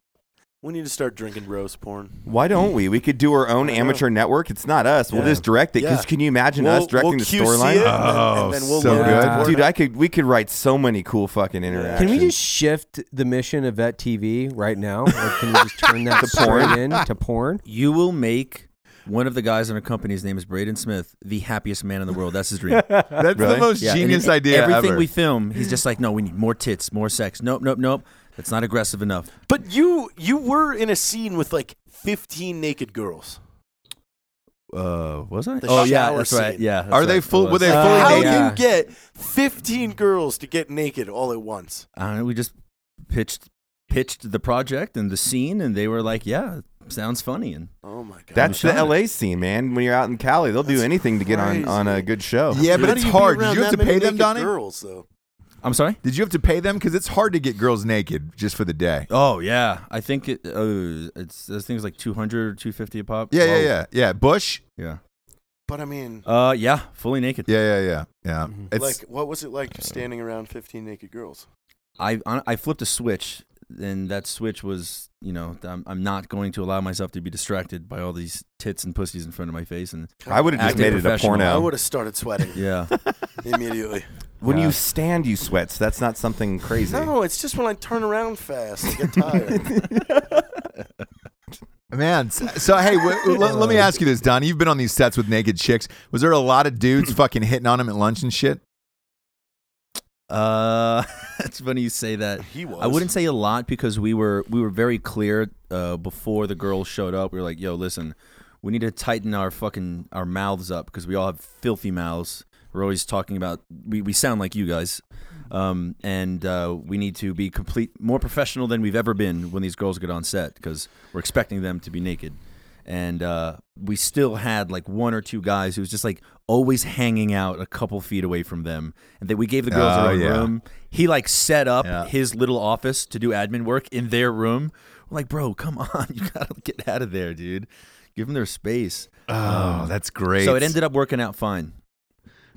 Speaker 2: We need to start drinking roast porn.
Speaker 5: Why don't we? We could do our own
Speaker 2: I know.
Speaker 5: amateur network. It's not us. We'll just direct it. Because
Speaker 2: Yeah.
Speaker 5: can you imagine
Speaker 2: We'll-
Speaker 5: us directing
Speaker 2: we'll
Speaker 5: the
Speaker 2: QC it,
Speaker 5: storyline?
Speaker 3: Oh,
Speaker 2: and then, and then we'll
Speaker 3: so
Speaker 2: load it
Speaker 4: good.
Speaker 2: up.
Speaker 5: Dude, I could. We could write so many cool fucking interactions.
Speaker 4: Can we just shift the mission of Vet TV right now? Or can we just turn that to
Speaker 5: porn?
Speaker 4: in to porn?
Speaker 6: You will make one of the guys in our company. His name is Braden Smith, the happiest man in the world. That's his dream.
Speaker 3: That's the
Speaker 5: Really?
Speaker 3: most
Speaker 6: Yeah, and
Speaker 3: genius
Speaker 6: in
Speaker 3: idea
Speaker 6: Everything
Speaker 3: ever.
Speaker 6: we film, he's just like, no, we need more tits, more sex. Nope, nope, nope. That's not aggressive enough.
Speaker 2: But you you were in a scene with like 15 naked girls.
Speaker 6: Uh, was I?
Speaker 2: The
Speaker 6: oh yeah,
Speaker 2: shower
Speaker 6: that's right.
Speaker 2: scene.
Speaker 6: Yeah. that's
Speaker 3: Are they
Speaker 6: right.
Speaker 3: full-
Speaker 6: It
Speaker 3: were they
Speaker 6: was.
Speaker 3: Uh, Fully
Speaker 2: How do
Speaker 3: naked.
Speaker 2: you get 15 girls to get naked all at once?
Speaker 6: I don't know, we just pitched pitched the project and the scene, and they were like, "Yeah, sounds funny." And
Speaker 2: Oh my god.
Speaker 5: That's the
Speaker 6: Shot it.
Speaker 5: LA scene, man. When you're out in Cali, they'll do
Speaker 2: That's
Speaker 5: anything to get on,
Speaker 2: crazy.
Speaker 5: on a good show.
Speaker 3: yeah, but
Speaker 2: How
Speaker 3: it's
Speaker 2: do you be
Speaker 3: hard. Did
Speaker 2: around
Speaker 3: you have
Speaker 2: that
Speaker 3: to
Speaker 2: many
Speaker 3: pay them,
Speaker 2: naked
Speaker 3: Donnie?
Speaker 2: Girls though.
Speaker 6: I'm sorry.
Speaker 3: Did you have to pay them? Because it's hard to get girls naked just for the day.
Speaker 6: Oh yeah, I think it. Uh, it's those things like 200 or 250 a pop.
Speaker 3: Yeah, yeah,
Speaker 6: Wow.
Speaker 3: yeah, yeah. Bush.
Speaker 6: yeah,
Speaker 2: But I mean,
Speaker 6: yeah. Uh, yeah, fully naked.
Speaker 3: Yeah, yeah, yeah, yeah. It's
Speaker 2: Mm-hmm. like, what was it like standing around 15 naked girls?
Speaker 6: I on- I flipped a switch, and that switch was, you know, I'm, I'm not going to allow myself to be distracted by all these tits and pussies in front of my face, and
Speaker 5: I would have just
Speaker 6: Acting
Speaker 5: made it a
Speaker 6: professional.
Speaker 2: I
Speaker 5: porno.
Speaker 2: would have started sweating
Speaker 6: yeah,
Speaker 2: immediately.
Speaker 5: When
Speaker 6: Yeah.
Speaker 5: you stand, you sweat. So that's not something crazy.
Speaker 2: No, it's just when I turn around fast and get tired.
Speaker 3: Man, s- so hey, w- w- let, let
Speaker 2: Uh.
Speaker 3: me ask you this, Don. You've been on these sets with naked chicks. Was there a lot of dudes fucking hitting on him at lunch and shit?
Speaker 6: Uh, it's funny you say that.
Speaker 2: He was.
Speaker 6: I wouldn't say a lot because we were we were very clear uh, before the girls showed up. We were like, "Yo, listen, we need to tighten our fucking our mouths up because we all have filthy mouths. We're always talking about we, we sound like you guys, um, and uh, we need to be complete more professional than we've ever been when these girls get on set because we're expecting them to be naked." And uh, we still had like one or two guys who was just like always hanging out a couple feet away from them, and that we gave the girls
Speaker 3: Oh,
Speaker 6: their own
Speaker 3: yeah.
Speaker 6: room he like set up
Speaker 3: Yeah.
Speaker 6: his little office to do admin work in their room. We're like, bro, come on, you gotta get out of there, dude. Give them their space.
Speaker 3: Oh, that's great.
Speaker 6: So it ended up working out fine.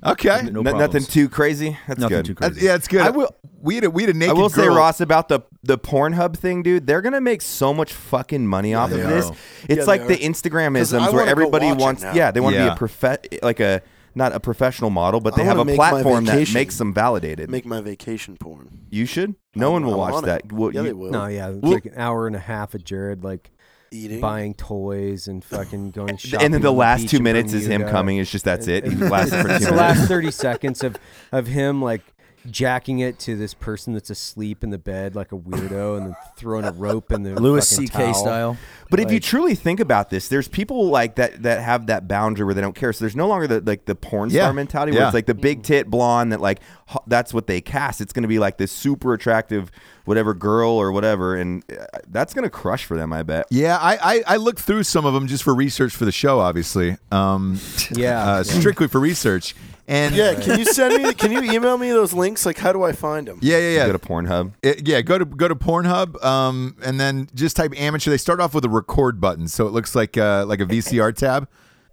Speaker 3: Okay.
Speaker 6: No
Speaker 5: N- nothing
Speaker 6: problems.
Speaker 5: too crazy. That's
Speaker 6: Nothing
Speaker 5: good.
Speaker 6: too
Speaker 3: Uh,
Speaker 6: crazy.
Speaker 3: yeah, it's good.
Speaker 5: I will-
Speaker 3: We had a, we had a
Speaker 5: I
Speaker 3: naked.
Speaker 5: will say,
Speaker 3: girl-
Speaker 5: Ross, about the the Pornhub thing, dude. They're gonna make so much fucking money off
Speaker 6: they
Speaker 5: of this.
Speaker 6: are.
Speaker 5: It's
Speaker 2: Yeah,
Speaker 5: like
Speaker 2: they
Speaker 5: the
Speaker 2: are. 'Cause
Speaker 5: Instagramisms
Speaker 2: I
Speaker 5: where
Speaker 2: wanna go
Speaker 5: everybody
Speaker 2: watch it
Speaker 5: wants.
Speaker 2: now.
Speaker 5: Yeah, they want to
Speaker 3: Yeah.
Speaker 5: be a prof like a not a professional model, but
Speaker 2: I
Speaker 5: they have
Speaker 2: wanna
Speaker 5: a
Speaker 2: make my
Speaker 5: platform that
Speaker 2: vacation.
Speaker 5: makes them validated.
Speaker 2: Make my vacation porn.
Speaker 5: you should. No
Speaker 2: I'm-
Speaker 5: one will
Speaker 2: I'm
Speaker 5: watch
Speaker 2: on it.
Speaker 5: that. Well,
Speaker 2: yeah,
Speaker 5: you-
Speaker 2: they will.
Speaker 4: No, yeah, it's
Speaker 5: Well-
Speaker 4: like an hour and a half of Jared like
Speaker 2: Eating.
Speaker 4: buying toys and fucking going shopping.
Speaker 5: and then the
Speaker 4: on
Speaker 5: last
Speaker 4: beach
Speaker 5: two
Speaker 4: in
Speaker 5: minutes is him
Speaker 4: Bermuda.
Speaker 5: coming. It's just that's it. He
Speaker 4: And-
Speaker 5: lasts for two
Speaker 4: it's
Speaker 5: minutes.
Speaker 4: the last 30 seconds of of him like jacking it to this person that's asleep in the bed like a weirdo and then throwing a rope in the
Speaker 6: Lewis
Speaker 4: fucking
Speaker 6: CK
Speaker 4: towel.
Speaker 6: style.
Speaker 5: But if you
Speaker 4: Like-
Speaker 5: truly think about this, there's people like that that have that boundary where they don't care. So there's no longer the like the porn star
Speaker 3: Yeah.
Speaker 5: mentality where
Speaker 3: Yeah.
Speaker 5: it's like the big tit blonde that like ho- that's what they cast. It's going to be like this super attractive whatever girl or whatever, and uh, that's going to crush for them. I bet.
Speaker 3: Yeah, I, I I looked through some of them just for research for the show, obviously. Um,
Speaker 4: Yeah.
Speaker 3: uh, strictly for research. And
Speaker 2: Yeah, can you send me? Can you email me those links? Like, how do I find them?
Speaker 3: yeah, yeah, yeah.
Speaker 5: Go to Pornhub.
Speaker 3: It- yeah, go to go to Pornhub, um, and then just type amateur. They start off with a record button, so it looks like uh, like a VCR tab,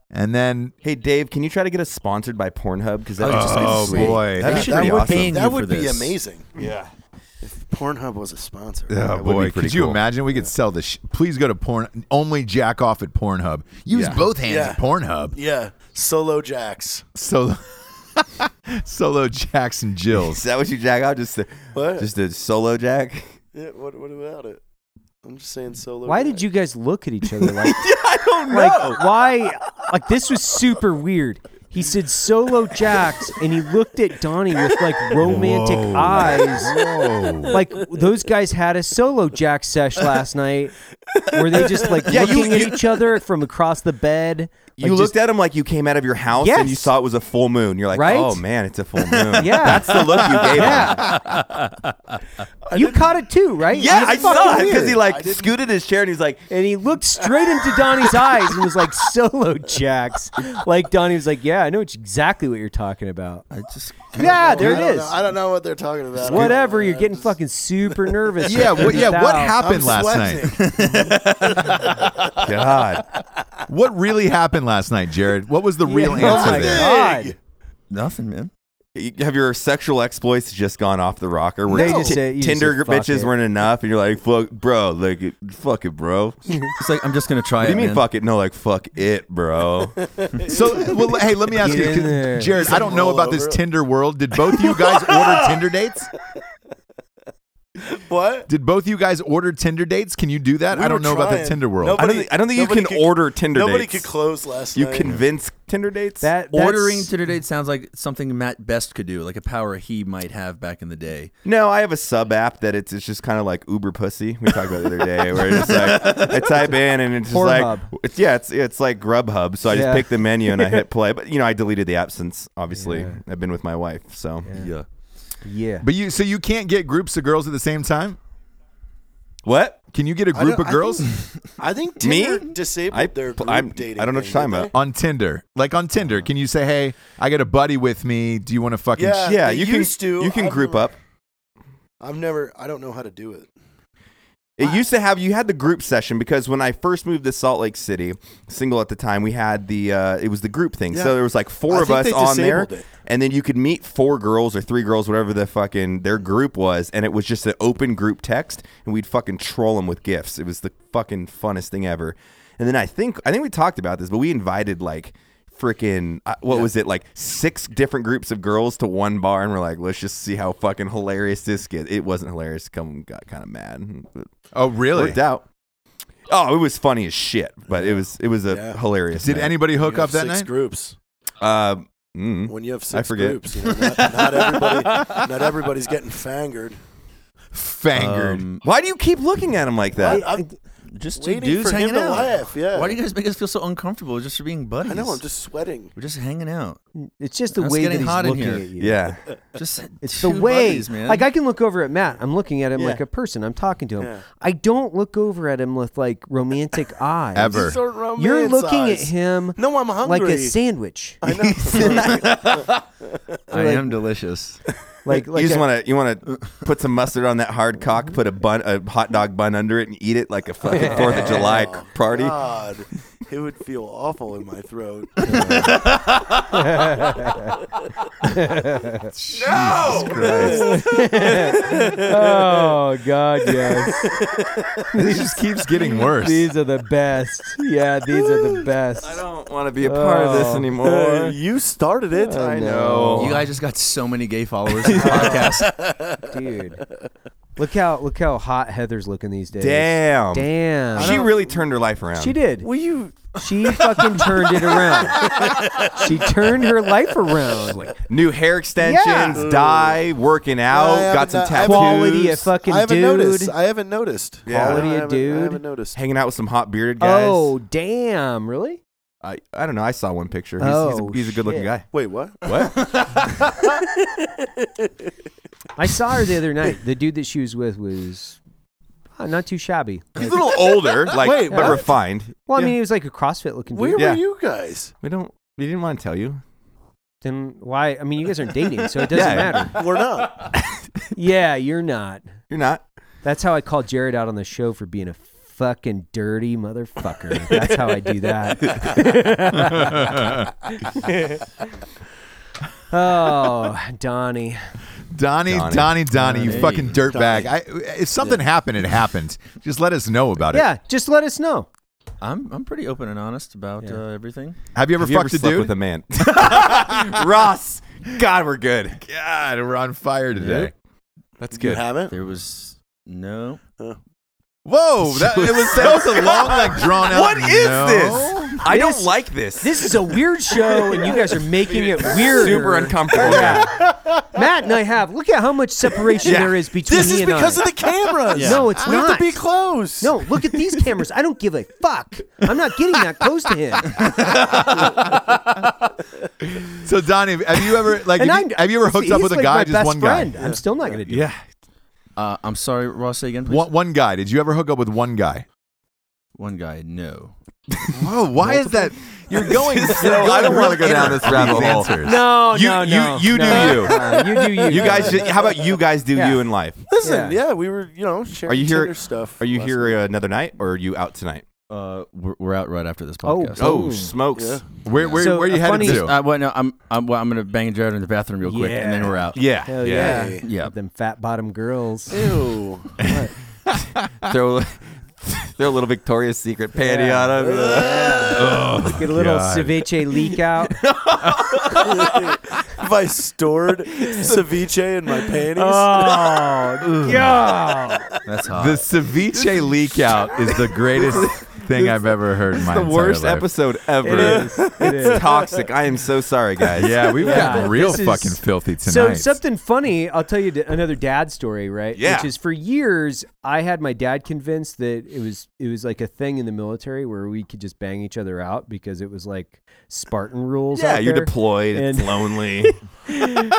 Speaker 3: and then
Speaker 5: Hey Dave, can you try to get us sponsored by Pornhub? Because that would just be
Speaker 3: oh
Speaker 5: sweet.
Speaker 3: boy,
Speaker 5: That'd
Speaker 6: They
Speaker 5: be
Speaker 6: should
Speaker 5: pretty
Speaker 6: be
Speaker 5: awesome.
Speaker 6: paying you
Speaker 2: That
Speaker 6: for
Speaker 2: would be
Speaker 6: this.
Speaker 2: amazing. Yeah. If Pornhub was a sponsor.
Speaker 3: Oh
Speaker 5: would be
Speaker 3: boy,
Speaker 5: pretty
Speaker 3: could you
Speaker 5: cool.
Speaker 3: imagine? We could sell this. Sh- Please go to porn. Only jack off at Pornhub. Use
Speaker 5: Yeah.
Speaker 3: both hands
Speaker 2: Yeah.
Speaker 3: at Pornhub.
Speaker 2: Yeah. Solo jacks.
Speaker 3: Solo, solo Jackson Jills.
Speaker 5: Is that what you jack out? Just a,
Speaker 2: What?
Speaker 5: just a solo jack.
Speaker 2: Yeah, what, what about it? I'm just saying solo.
Speaker 4: Why did
Speaker 2: guy.
Speaker 4: you guys look at each other like
Speaker 5: I don't
Speaker 4: like why like this was super weird he said solo jacks and he looked at donnie with like romantic eyes
Speaker 3: Whoa.
Speaker 4: like those guys had a solo jack sesh last night were they just like
Speaker 5: Yeah, you-
Speaker 4: looking at
Speaker 5: you-
Speaker 4: each other from across the bed
Speaker 5: You
Speaker 4: Like,
Speaker 5: looked
Speaker 4: just-
Speaker 5: at him like you came out of your house and you
Speaker 4: Yes.
Speaker 5: saw it was a full moon. You're like,
Speaker 4: Right?
Speaker 5: oh man, it's a full moon.
Speaker 4: Yeah.
Speaker 5: that's the look you gave him.
Speaker 4: yeah you caught it too right
Speaker 5: Yeah,
Speaker 4: It was
Speaker 5: I saw
Speaker 4: fucking
Speaker 5: it because he
Speaker 4: weird.
Speaker 5: like scooted his chair and he's like,
Speaker 4: and he looked straight into Donnie's eyes and was like solo jacks. Like Donnie was like, "Yeah, I know exactly what you're talking about."
Speaker 6: I just
Speaker 4: Yeah, there
Speaker 2: I
Speaker 4: it
Speaker 2: don't
Speaker 4: is.
Speaker 2: know- I don't know what they're talking about.
Speaker 4: Whatever,
Speaker 2: I
Speaker 4: you're
Speaker 2: don't know,
Speaker 4: getting
Speaker 2: just-
Speaker 4: fucking super nervous.
Speaker 3: Yeah, what, yeah. What
Speaker 4: Now,
Speaker 3: happened
Speaker 2: I'm
Speaker 3: last night?
Speaker 2: sweating.
Speaker 5: God,
Speaker 3: What really happened last night, Jared? What was the
Speaker 4: Yeah,
Speaker 3: real
Speaker 4: oh my
Speaker 3: answer there?
Speaker 4: god!
Speaker 6: nothing, man.
Speaker 5: You- have your sexual exploits just gone off the rocker? Where
Speaker 4: They
Speaker 5: t-
Speaker 4: just say- you just
Speaker 5: Tinder
Speaker 4: say, "Fuck
Speaker 5: bitches
Speaker 4: it."
Speaker 5: weren't enough, and you're like, fuck, bro, like, fuck it, bro. What do
Speaker 6: It's like I'm just gonna try it.
Speaker 5: you mean,
Speaker 6: man.
Speaker 5: fuck it? No, like, fuck it, bro.
Speaker 3: So, well, hey, let me ask
Speaker 4: Get
Speaker 3: you,
Speaker 4: in there.
Speaker 3: 'cause, Jared. I don't know
Speaker 2: Roll
Speaker 3: about this
Speaker 2: over.
Speaker 3: Tinder world. Did both you guys order Tinder dates?
Speaker 2: What?
Speaker 3: Did both you guys order Tinder dates? Can you do that?
Speaker 2: We
Speaker 3: I don't
Speaker 2: were
Speaker 3: know about that
Speaker 2: trying.
Speaker 3: Tinder world.
Speaker 5: I don't think, I don't think you
Speaker 2: Nobody
Speaker 5: can
Speaker 2: could-
Speaker 5: order Tinder
Speaker 2: Nobody
Speaker 5: dates.
Speaker 2: could close last
Speaker 5: you
Speaker 2: night.
Speaker 5: convince Tinder dates?
Speaker 4: That that's-
Speaker 6: Ordering Tinder date sounds like something Matt Best could do, like a power he might have back in the day.
Speaker 5: No, I have a sub app that it's, it's just kind of like Uber pussy. We talked about it the other day where it's like I type in and it's just like
Speaker 4: Pornhub.
Speaker 5: it's, yeah, it's it's like Grubhub. So I just
Speaker 4: Yeah.
Speaker 5: pick the menu and I hit play. But you know, I deleted the app since obviously
Speaker 4: Yeah.
Speaker 5: I've been with my wife. So
Speaker 6: Yeah.
Speaker 4: yeah,
Speaker 3: But you, so you can't get groups of girls at the same time.
Speaker 5: what?
Speaker 3: Can you get a
Speaker 2: I
Speaker 3: group
Speaker 2: don't-
Speaker 3: of girls
Speaker 2: I think, I think
Speaker 5: Me?
Speaker 2: Tinder disabled
Speaker 5: I-
Speaker 2: their group
Speaker 5: I'm-
Speaker 2: dating.
Speaker 5: I don't know what
Speaker 2: thing,
Speaker 5: you're talking
Speaker 2: didn't
Speaker 5: about.
Speaker 3: on Tinder? Like on Tinder, can you say, "Hey, I got a buddy with me. Do you want to fucking?"
Speaker 2: Yeah.
Speaker 5: Yeah,
Speaker 2: they
Speaker 5: you can
Speaker 2: used to.
Speaker 5: you can
Speaker 2: I've
Speaker 5: group
Speaker 2: never-
Speaker 5: up.
Speaker 2: they? I've never. I don't know how to do it.
Speaker 5: It used to have you had the group session because when I first moved to Salt Lake City, single at the time, we had the uh, it was the group thing.
Speaker 2: Yeah.
Speaker 5: So there was like four
Speaker 2: I
Speaker 5: of
Speaker 2: think
Speaker 5: us
Speaker 2: they
Speaker 5: on there,
Speaker 2: disabled it.
Speaker 5: and then you could meet four girls or three girls, whatever the fucking their group was, and it was just an open group text, and we'd fucking troll them with gifts. It was the fucking funnest thing ever. And then I think I think we talked about this, but we invited like freaking uh, what was it like six different groups of girls to one bar and we're like let's just see how fucking hilarious this gets it wasn't hilarious come got kind of mad but
Speaker 3: Oh, really?
Speaker 5: Worked out. Oh, it was funny as shit, but it was it was a
Speaker 2: Yeah.
Speaker 5: hilarious.
Speaker 3: Did
Speaker 5: night.
Speaker 3: anybody hook
Speaker 2: You
Speaker 3: up
Speaker 2: have
Speaker 3: that
Speaker 2: six
Speaker 3: night?
Speaker 2: groups.
Speaker 5: Uh, mm,
Speaker 2: When you have six
Speaker 5: forget.
Speaker 2: groups, you know, not, not everybody, not everybody's getting fangered.
Speaker 3: Fangered.
Speaker 6: Um,
Speaker 5: why do you keep looking at him like that?
Speaker 2: I, am
Speaker 6: just two
Speaker 2: waiting
Speaker 6: dudes
Speaker 2: for him
Speaker 6: hanging
Speaker 2: to
Speaker 6: out.
Speaker 2: laugh. Yeah.
Speaker 6: Why do you guys make us feel so uncomfortable just for being buddies?
Speaker 2: I know. I'm just sweating.
Speaker 6: We're just hanging out.
Speaker 4: it's just the
Speaker 6: It's
Speaker 4: way
Speaker 6: getting
Speaker 4: that he's
Speaker 6: hot in
Speaker 4: looking
Speaker 6: here.
Speaker 4: at you.
Speaker 5: yeah,
Speaker 6: Just
Speaker 4: It's
Speaker 6: two
Speaker 4: the way,
Speaker 6: buddies, man.
Speaker 4: like I can look over at Matt. I'm looking at him
Speaker 2: Yeah.
Speaker 4: like a person. I'm talking to him.
Speaker 2: Yeah.
Speaker 4: I don't look over at him with like romantic eyes.
Speaker 3: Ever.
Speaker 2: These aren't romance
Speaker 4: You're looking at
Speaker 2: eyes.
Speaker 4: him
Speaker 2: No, I'm hungry.
Speaker 4: like a sandwich.
Speaker 2: I know.
Speaker 6: I am delicious.
Speaker 4: Like, like
Speaker 5: you just
Speaker 4: a-
Speaker 5: want to you want to put some mustard on that hard cock, put a bun, a hot dog bun under it, and eat it like a fucking Fourth of July c- party.
Speaker 2: God, it would feel awful in my throat.
Speaker 4: oh god, yes.
Speaker 3: This just keeps getting worse.
Speaker 4: these are the best. Yeah, these are the best.
Speaker 5: I don't want to be a part of this
Speaker 4: Oh.
Speaker 2: Uh,
Speaker 5: anymore.
Speaker 2: you started it.
Speaker 5: I know.
Speaker 6: You guys just got so many gay followers in the podcast.
Speaker 4: dude. Look how look how hot Heather's looking these days.
Speaker 5: Damn.
Speaker 4: Damn.
Speaker 5: She really turned her life around.
Speaker 4: She did.
Speaker 2: Will you?
Speaker 4: She fucking turned it around. she turned her life around.
Speaker 5: New hair extensions,
Speaker 4: Yeah.
Speaker 5: dye, working
Speaker 2: I
Speaker 5: out,
Speaker 2: haven't
Speaker 5: got some
Speaker 2: done- I haven't-
Speaker 5: tattoos.
Speaker 4: Quality of fucking
Speaker 2: I haven't
Speaker 4: dude.
Speaker 2: noticed. I haven't noticed.
Speaker 5: Yeah.
Speaker 4: Quality
Speaker 2: I
Speaker 4: of
Speaker 2: haven't-
Speaker 4: dude.
Speaker 2: I haven't noticed.
Speaker 5: Hanging out with some hot bearded guys.
Speaker 4: Oh damn! Really?
Speaker 5: I, I don't know. I saw one picture. He's,
Speaker 4: Oh,
Speaker 5: he's, a, he's a good looking
Speaker 4: shit.
Speaker 5: guy.
Speaker 2: Wait, what?
Speaker 5: What?
Speaker 4: I saw her the other night. The dude that she was with was uh, not too shabby.
Speaker 5: he's a little older, like
Speaker 2: Wait,
Speaker 5: but
Speaker 2: what?
Speaker 5: refined.
Speaker 4: Well, I
Speaker 5: Yeah.
Speaker 4: mean, he was like a CrossFit looking
Speaker 2: Where
Speaker 4: dude.
Speaker 5: Yeah.
Speaker 2: were you guys?
Speaker 5: we don't. We didn't want to tell you.
Speaker 4: Then why? I mean, you guys aren't dating, so it doesn't
Speaker 5: Yeah.
Speaker 4: matter.
Speaker 2: We're not.
Speaker 4: Yeah, you're not.
Speaker 5: You're not.
Speaker 4: That's how I call Jared out on the show for being a fucking dirty motherfucker. That's how I do that. oh, Donnie.
Speaker 3: Donnie,
Speaker 5: Donnie.
Speaker 3: Donnie, Donnie, you
Speaker 6: Donnie.
Speaker 3: fucking dirtbag. I, if something happened, it happened. Just let us know about it.
Speaker 4: Yeah, just let us know.
Speaker 6: I'm I'm pretty open and honest about
Speaker 4: Yeah.
Speaker 6: uh, everything.
Speaker 3: Have you ever
Speaker 5: Have you ever
Speaker 3: fucked
Speaker 5: slept
Speaker 3: a dude?
Speaker 5: with a man? Ross. God, we're good.
Speaker 3: God, we're on fire today.
Speaker 5: That's
Speaker 2: You
Speaker 5: good.
Speaker 2: haven't?
Speaker 6: There was no.
Speaker 2: Oh.
Speaker 3: Whoa, that, it was, that was a long, like drawn out.
Speaker 5: What is
Speaker 3: no.
Speaker 5: this? I don't
Speaker 4: This-
Speaker 5: like this.
Speaker 4: This is a weird show, and you guys are making it weirder.
Speaker 5: super uncomfortable.
Speaker 4: Matt and I have. Look at how much separation
Speaker 5: Yeah.
Speaker 4: there is between
Speaker 2: This
Speaker 4: me
Speaker 2: is
Speaker 4: and
Speaker 2: because
Speaker 4: I.
Speaker 2: of the cameras.
Speaker 4: No, it's
Speaker 2: we have
Speaker 4: not.
Speaker 2: to be close.
Speaker 4: no, look at these cameras. I don't give a fuck. I'm not getting that close to him.
Speaker 3: So Donnie, have you ever like
Speaker 4: And
Speaker 3: have,
Speaker 4: I'm,
Speaker 3: you, have you ever hooked
Speaker 4: he's
Speaker 3: up with a
Speaker 4: like
Speaker 3: guy,
Speaker 4: my
Speaker 3: just
Speaker 4: best
Speaker 3: one
Speaker 4: friend.
Speaker 3: guy?
Speaker 4: I'm still not gonna do.
Speaker 3: Yeah,
Speaker 6: Uh, I'm sorry, Ross. Say again, please.
Speaker 3: one, one guy. Did you ever hook up with one guy?
Speaker 6: One guy, no.
Speaker 3: Whoa, why is that? You're going. so,
Speaker 5: I don't wanna go down this rabbit hole.
Speaker 3: Answers.
Speaker 4: It. No,
Speaker 3: You-
Speaker 4: no,
Speaker 3: you-
Speaker 4: no.
Speaker 3: you do
Speaker 4: no.
Speaker 3: you.
Speaker 4: Uh, you do you.
Speaker 5: You guys, just, how about you guys do
Speaker 4: Yeah.
Speaker 5: you in life?
Speaker 2: Listen,
Speaker 4: Yeah.
Speaker 2: yeah. we were, you know, sharing
Speaker 5: Are you here-
Speaker 2: Tinder stuff.
Speaker 5: Are you
Speaker 2: last
Speaker 5: here uh, another night or are you out tonight?
Speaker 6: Uh, we're, we're out right after this
Speaker 4: Oh,
Speaker 6: podcast.
Speaker 5: Oh,
Speaker 4: Boom.
Speaker 5: smokes.
Speaker 2: Yeah.
Speaker 3: Where where,
Speaker 4: So,
Speaker 3: where are you
Speaker 4: a funny-
Speaker 3: headed to?
Speaker 6: Uh, well, no, I'm I'm, well, I'm gonna bang Jared in the bathroom real quick, and then we're out.
Speaker 5: Yeah.
Speaker 4: Hell yeah.
Speaker 2: Yeah.
Speaker 6: Yeah.
Speaker 4: Them fat bottom girls.
Speaker 2: Ew.
Speaker 5: throw, throw a little Victoria's Secret panty
Speaker 4: Yeah.
Speaker 5: on him.
Speaker 4: Get a little
Speaker 3: God.
Speaker 4: ceviche leak out.
Speaker 2: if I stored ceviche in my panties,
Speaker 4: Uh. Oh, God.
Speaker 6: That's hot.
Speaker 3: the ceviche leak out is the greatest thing I've ever heard in my
Speaker 5: the
Speaker 3: entire
Speaker 5: worst
Speaker 3: life.
Speaker 5: episode ever.
Speaker 4: It is. It is.
Speaker 5: It's toxic. I am so sorry, guys.
Speaker 3: Yeah, we've
Speaker 4: Yeah.
Speaker 3: gotten real
Speaker 4: This is-
Speaker 3: fucking filthy
Speaker 4: So
Speaker 3: tonight.
Speaker 4: something funny, I'll tell you d- another dad story, right?
Speaker 5: Yeah.
Speaker 4: Which is for years I had my dad convinced that it was it was like a thing in the military where we could just bang each other out because it was like Spartan rules.
Speaker 5: Yeah,
Speaker 4: out
Speaker 5: you're
Speaker 4: there.
Speaker 5: deployed. it's
Speaker 4: And-
Speaker 5: lonely.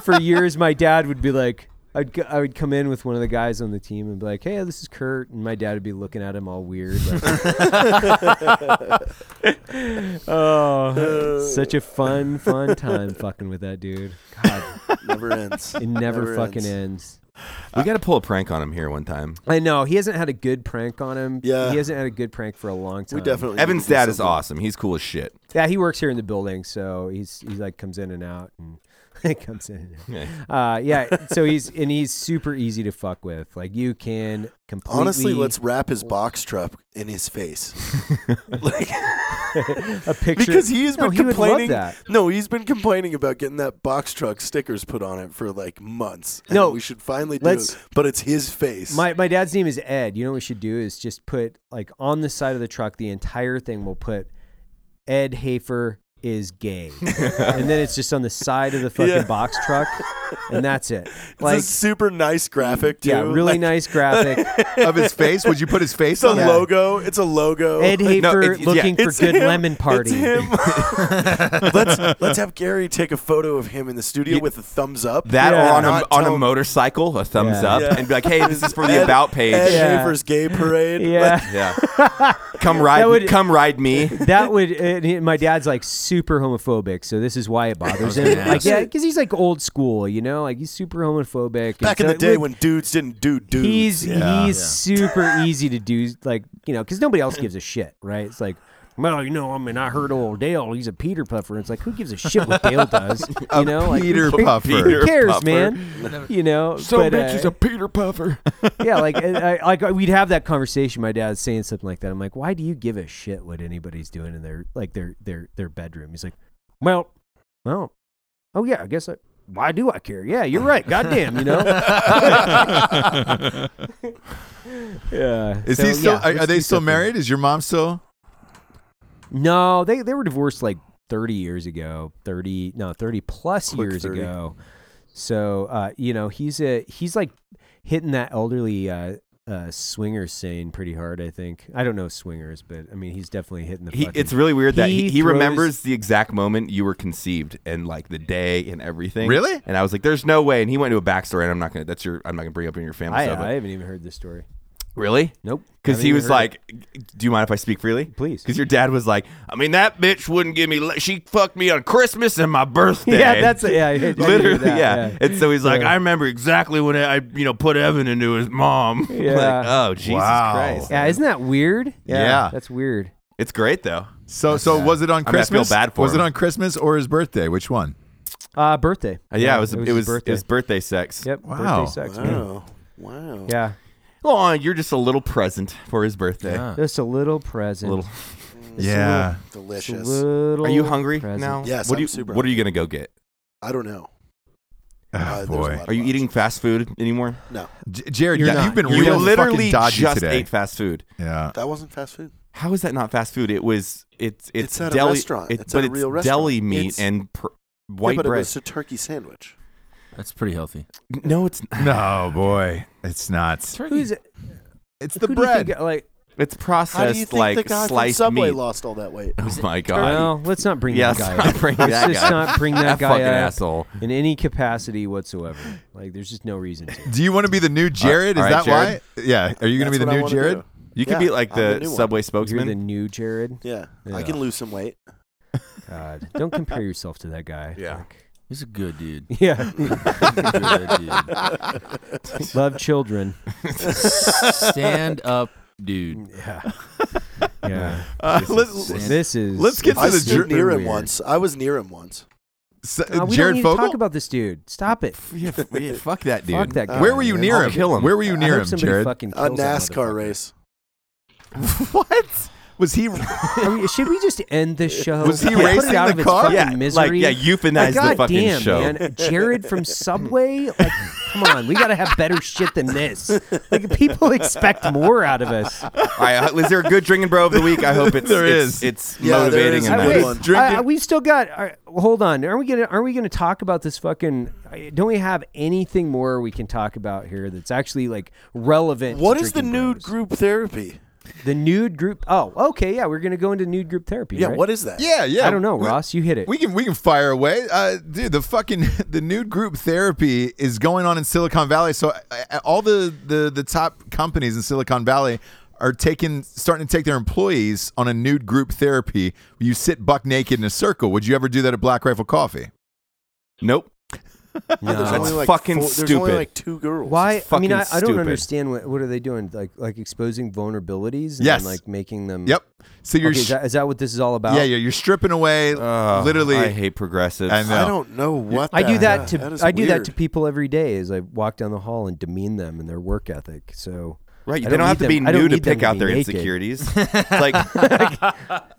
Speaker 4: for years, my dad would be like, I'd, go- I would come in with one of the guys on the team and be like, hey, this is Kurt. And my dad would be looking at him all weird. Like,
Speaker 2: Uh,
Speaker 4: oh, such a fun, fun time fucking with that dude. God,
Speaker 2: never ends.
Speaker 4: it never,
Speaker 2: Never
Speaker 4: fucking ends.
Speaker 5: we got to pull a prank on him here one time.
Speaker 4: I know. He hasn't had a good prank on him.
Speaker 2: Yeah.
Speaker 4: He hasn't had a good prank for a long time.
Speaker 2: We definitely.
Speaker 5: Evan's
Speaker 2: need to do
Speaker 5: dad is
Speaker 2: something.
Speaker 5: awesome. He's cool as shit.
Speaker 4: Yeah, he works here in the building, so he's he like comes in and out and comes in. And
Speaker 5: Yeah.
Speaker 4: out. Uh, yeah, so he's and he's super easy to fuck with. Like you can completely
Speaker 2: Honestly, let's wrap his box truck in his face. like,
Speaker 4: a picture
Speaker 2: because he has
Speaker 4: No,
Speaker 2: been
Speaker 4: he would love
Speaker 2: complaining.
Speaker 4: that.
Speaker 2: No, he's been complaining about getting that box truck stickers put on it for like months. and
Speaker 4: No,
Speaker 2: we should finally do
Speaker 4: let's-
Speaker 2: it. But it's his face.
Speaker 4: My my dad's name is Ed. You know what we should do is just put like on the side of the truck the entire thing. We'll put Ed Hafer is gay, and then it's just on the side of the fucking
Speaker 2: Yeah.
Speaker 4: box truck, and that's it.
Speaker 2: it's
Speaker 4: Like
Speaker 2: a super nice graphic too.
Speaker 4: yeah, really
Speaker 2: Like,
Speaker 4: nice graphic.
Speaker 3: of his face, would you put his
Speaker 2: It's
Speaker 3: face
Speaker 2: a
Speaker 3: on?
Speaker 4: Yeah.
Speaker 2: logo. It's a logo.
Speaker 4: Ed Hafer
Speaker 5: it's- yeah,
Speaker 4: looking for
Speaker 2: It's
Speaker 4: good
Speaker 2: him.
Speaker 4: lemon party.
Speaker 2: It's him. let's let's have Gary take a photo of him in the studio with a thumbs up.
Speaker 5: That
Speaker 4: Yeah.
Speaker 5: or on a,
Speaker 2: Not
Speaker 5: on a
Speaker 2: tell-
Speaker 5: motorcycle, a thumbs
Speaker 4: Yeah.
Speaker 5: up,
Speaker 2: Yeah.
Speaker 5: and be like, "Hey, this is for the
Speaker 2: Ed-
Speaker 5: about page."
Speaker 2: Ed
Speaker 4: Yeah.
Speaker 2: Hafer's gay parade. Like,
Speaker 4: Yeah.
Speaker 5: Yeah, come ride,
Speaker 4: would-
Speaker 5: come ride me.
Speaker 4: That would and he- my dad's like super homophobic, so this is why it bothers him.
Speaker 6: Yeah.
Speaker 4: Like, yeah, because he's like old school, you know, like he's super homophobic. and
Speaker 2: back in
Speaker 4: so
Speaker 2: the
Speaker 4: it
Speaker 2: day
Speaker 4: would-
Speaker 2: when dudes didn't do dudes.
Speaker 4: he's
Speaker 3: Yeah.
Speaker 4: he's super easy to do, like you know, because nobody else gives a shit, right? It's like. Well, you know, I mean, I heard old Dale. He's a Peter Puffer. It's like, who gives a shit what Dale does? You know, like,
Speaker 3: Peter
Speaker 4: who,
Speaker 3: Puffer.
Speaker 4: Who cares,
Speaker 5: Puffer.
Speaker 4: man? You know, but, uh,
Speaker 5: Peter Puffer.
Speaker 4: yeah, like I, I, like uh, we'd have that conversation. My dad's saying something like that. I'm like, why do you give a shit what anybody's doing in their like their their their bedroom? He's like, well, well, oh yeah, I guess I. Why do I care? Yeah, you're right. Goddamn, you know. yeah.
Speaker 3: Is he still? are, are they still married? Is your mom still?
Speaker 4: No, they they were divorced like 30 years ago. 30 no, 30 plus years
Speaker 2: 30.
Speaker 4: ago. So, uh, you know, he's a he's like hitting that elderly uh uh, swinger scene pretty hard, I think. I don't know swingers, but I mean, he's definitely hitting the.
Speaker 5: He,
Speaker 4: fucking-
Speaker 5: it's really weird that he, he,
Speaker 4: throws-
Speaker 5: remembers the exact moment you were conceived and like the day and everything.
Speaker 3: Really?
Speaker 5: And I was like, "There's no way." And he went to a backstory, and I'm not gonna. That's your. I'm not gonna bring up in your family
Speaker 4: I,
Speaker 5: stuff. but-
Speaker 4: I haven't even heard this story.
Speaker 5: really?
Speaker 4: Nope.
Speaker 5: Because
Speaker 4: Haven't
Speaker 5: he
Speaker 4: even
Speaker 5: was
Speaker 4: heard it.
Speaker 5: like, "Do you mind if I speak freely?"
Speaker 4: Please.
Speaker 5: Because your dad was like, "I mean, that bitch wouldn't give me. Le- she fucked me on Christmas and my birthday."
Speaker 4: yeah, that's it. Yeah, I did- I did hear
Speaker 5: literally
Speaker 4: that,
Speaker 5: yeah.
Speaker 4: yeah.
Speaker 5: And so he's like,
Speaker 4: Yeah.
Speaker 5: "I remember exactly when I, you know, put Evan into his mom." Like,
Speaker 4: Yeah.
Speaker 5: oh Jesus
Speaker 3: Wow.
Speaker 5: Christ!
Speaker 4: Yeah, isn't that weird?
Speaker 3: Yeah.
Speaker 4: that's weird.
Speaker 5: It's great though.
Speaker 3: So so was it on
Speaker 5: I mean, I feel
Speaker 3: Christmas?
Speaker 5: bad for
Speaker 3: was
Speaker 5: him.
Speaker 3: it on Christmas or his birthday? Which one?
Speaker 4: Uh, birthday.
Speaker 5: Uh, yeah, it was. It was. It
Speaker 4: his
Speaker 5: was birthday,
Speaker 4: birthday.
Speaker 5: sex.
Speaker 4: Yep.
Speaker 3: Wow.
Speaker 4: Birthday sex. man.
Speaker 2: wow. Wow.
Speaker 4: Yeah,
Speaker 5: Oh, you're just a little present for his birthday.
Speaker 6: Yeah.
Speaker 4: just a little present.
Speaker 5: Little-
Speaker 3: Yeah.
Speaker 4: Just a
Speaker 2: Delicious.
Speaker 4: little
Speaker 5: Are you hungry
Speaker 4: present.
Speaker 5: now?
Speaker 2: Yes,
Speaker 5: What do
Speaker 2: I'm
Speaker 5: you
Speaker 2: super
Speaker 5: What are you gonna go get?
Speaker 2: I don't know. Uh, there's a
Speaker 3: boy.
Speaker 2: lot
Speaker 5: Are you
Speaker 2: of
Speaker 5: eating fast food anymore?
Speaker 2: No,
Speaker 3: J- Jared,
Speaker 4: You're
Speaker 3: yeah,
Speaker 4: not.
Speaker 3: you've been
Speaker 5: You
Speaker 3: real
Speaker 5: literally
Speaker 3: fucking dodgy
Speaker 5: just
Speaker 3: today.
Speaker 5: ate fast food.
Speaker 3: yeah.
Speaker 2: that wasn't fast food.
Speaker 5: How is that not fast food? It was. It's
Speaker 2: It's
Speaker 5: it's,
Speaker 2: at a
Speaker 5: deli.
Speaker 2: restaurant.
Speaker 5: it-
Speaker 2: It's
Speaker 5: but
Speaker 2: at a
Speaker 5: it's
Speaker 2: real restaurant.
Speaker 5: deli meat
Speaker 2: It's-
Speaker 5: and pr-
Speaker 2: Yeah,
Speaker 5: white
Speaker 2: but it
Speaker 5: bread.
Speaker 2: was a turkey sandwich.
Speaker 6: That's pretty healthy.
Speaker 5: No, it's
Speaker 3: No, boy, it's not.
Speaker 4: Who's
Speaker 3: It's
Speaker 4: who
Speaker 3: the
Speaker 4: do you
Speaker 3: bread.
Speaker 4: think, like,
Speaker 2: How
Speaker 5: it's
Speaker 2: do you
Speaker 5: processed
Speaker 2: think the
Speaker 5: like
Speaker 2: guy from
Speaker 5: sliced
Speaker 2: Subway
Speaker 5: meat.
Speaker 2: lost all that weight?
Speaker 5: Oh my god!
Speaker 4: well, let's not bring
Speaker 5: yeah,
Speaker 4: that guy.
Speaker 5: let's
Speaker 4: up.
Speaker 5: not bring
Speaker 4: Let's
Speaker 5: that
Speaker 4: just
Speaker 5: guy.
Speaker 4: not bring that,
Speaker 5: that
Speaker 4: guy
Speaker 5: fucking
Speaker 4: up
Speaker 5: asshole.
Speaker 4: in any capacity whatsoever. Like, there's just no reason to.
Speaker 3: Do you want to be the new Jared?
Speaker 5: all
Speaker 3: Is that
Speaker 5: right, Jared.
Speaker 3: why? Yeah. Are you going
Speaker 2: That's
Speaker 3: to be the
Speaker 2: what I
Speaker 3: new
Speaker 2: wanna
Speaker 3: Jared?
Speaker 2: do.
Speaker 5: You
Speaker 2: Yeah,
Speaker 5: could be like
Speaker 2: I'm the
Speaker 5: the,
Speaker 2: new one.
Speaker 5: subway
Speaker 4: You're the
Speaker 5: spokesman.
Speaker 4: new Jared.
Speaker 2: Yeah, I can
Speaker 6: Yeah.
Speaker 2: lose some weight.
Speaker 4: God, don't compare yourself to that guy.
Speaker 5: Yeah.
Speaker 4: Like,
Speaker 6: He's a good dude.
Speaker 4: yeah.
Speaker 6: Good dude.
Speaker 4: Love children.
Speaker 6: Stand up, dude.
Speaker 4: Yeah. Yeah.
Speaker 3: Uh, let's,
Speaker 6: Stand-
Speaker 4: This is.
Speaker 3: Let's get to
Speaker 2: I
Speaker 3: the
Speaker 2: stood
Speaker 3: Jared-
Speaker 2: near him
Speaker 4: weird.
Speaker 2: once. I was near him once.
Speaker 3: s-
Speaker 4: Uh, we don't
Speaker 3: Jared
Speaker 4: need
Speaker 3: Fogle.
Speaker 4: to talk about this dude. Stop it.
Speaker 5: Yeah, f- yeah, fuck that dude.
Speaker 4: Fuck that guy.
Speaker 3: Where were you
Speaker 4: man.
Speaker 3: near
Speaker 5: I'll
Speaker 3: him?
Speaker 5: kill him.
Speaker 3: Where were you
Speaker 4: I
Speaker 3: near
Speaker 4: hope
Speaker 3: him,
Speaker 4: somebody
Speaker 3: Jared?
Speaker 4: Fucking
Speaker 2: A
Speaker 4: kills that
Speaker 2: NASCAR
Speaker 4: motherfucker.
Speaker 2: race.
Speaker 3: what was he?
Speaker 4: Are we- should we just end this show?
Speaker 3: Was he
Speaker 4: Put it
Speaker 3: racing
Speaker 4: out
Speaker 3: the
Speaker 4: of its
Speaker 3: car?
Speaker 4: fucking
Speaker 5: Yeah,
Speaker 4: misery?
Speaker 5: like yeah,
Speaker 4: Like,
Speaker 5: euthanize the fucking
Speaker 4: goddamn,
Speaker 5: show.
Speaker 4: Man. Jared from Subway? Like, come on, we got to have better shit than this. Like, people expect more out of us.
Speaker 5: All right, uh, is there a good drinking bro of the week? I hope it's
Speaker 3: There
Speaker 5: it's,
Speaker 3: is.
Speaker 5: it's
Speaker 2: Yeah, there
Speaker 5: motivating
Speaker 2: is.
Speaker 5: and
Speaker 2: I
Speaker 5: nice.
Speaker 2: would-
Speaker 4: wait,
Speaker 3: Drink
Speaker 4: I-
Speaker 3: it.
Speaker 4: we've still got. all right, hold on. Are we gonna? Are we gonna talk about this fucking? Don't we have anything more we can talk about here that's actually like relevant?
Speaker 2: What
Speaker 4: to
Speaker 2: is the
Speaker 4: drinking
Speaker 2: nude
Speaker 4: bros?
Speaker 2: group therapy?
Speaker 4: The nude group. Oh, okay. Yeah, we're gonna go into nude group therapy.
Speaker 2: Yeah,
Speaker 4: right?
Speaker 2: what is that?
Speaker 3: Yeah, yeah.
Speaker 4: I don't know,
Speaker 3: We-
Speaker 4: Ross. You hit it.
Speaker 3: We can we can fire away, uh, dude. The fucking the nude group therapy is going on in Silicon Valley. So uh, uh, all the, the the top companies in Silicon Valley are taking starting to take their employees on a nude group therapy. You sit buck naked in a circle. Would you ever do that at Black Rifle Coffee?
Speaker 5: Nope.
Speaker 4: No.
Speaker 2: There's only
Speaker 5: That's
Speaker 2: like
Speaker 5: fucking
Speaker 2: four- There's only
Speaker 5: stupid.
Speaker 2: like two girls.
Speaker 4: Why? I mean,
Speaker 5: fucking
Speaker 4: I, I don't
Speaker 5: stupid.
Speaker 4: understand what what are they doing? Like like exposing vulnerabilities and
Speaker 3: Yes.
Speaker 4: like making them.
Speaker 3: Yep. So
Speaker 4: Okay,
Speaker 3: you're
Speaker 4: is,
Speaker 3: sh-
Speaker 4: that, is that what this is all about?
Speaker 3: yeah, yeah you're stripping away
Speaker 5: Ugh,
Speaker 3: literally.
Speaker 5: Uh,
Speaker 3: uh,
Speaker 5: I hate progressives.
Speaker 3: I know.
Speaker 2: I don't know what
Speaker 4: I do that to
Speaker 2: is
Speaker 4: I do that to
Speaker 2: weird.
Speaker 4: people every day as I walk down the hall and demean them and their work ethic. So
Speaker 5: Right,
Speaker 4: I
Speaker 5: they don't, have to
Speaker 4: need
Speaker 5: be
Speaker 4: them- I don't
Speaker 5: new to
Speaker 4: need them
Speaker 5: pick out
Speaker 4: be
Speaker 5: their
Speaker 4: naked.
Speaker 5: insecurities. It's like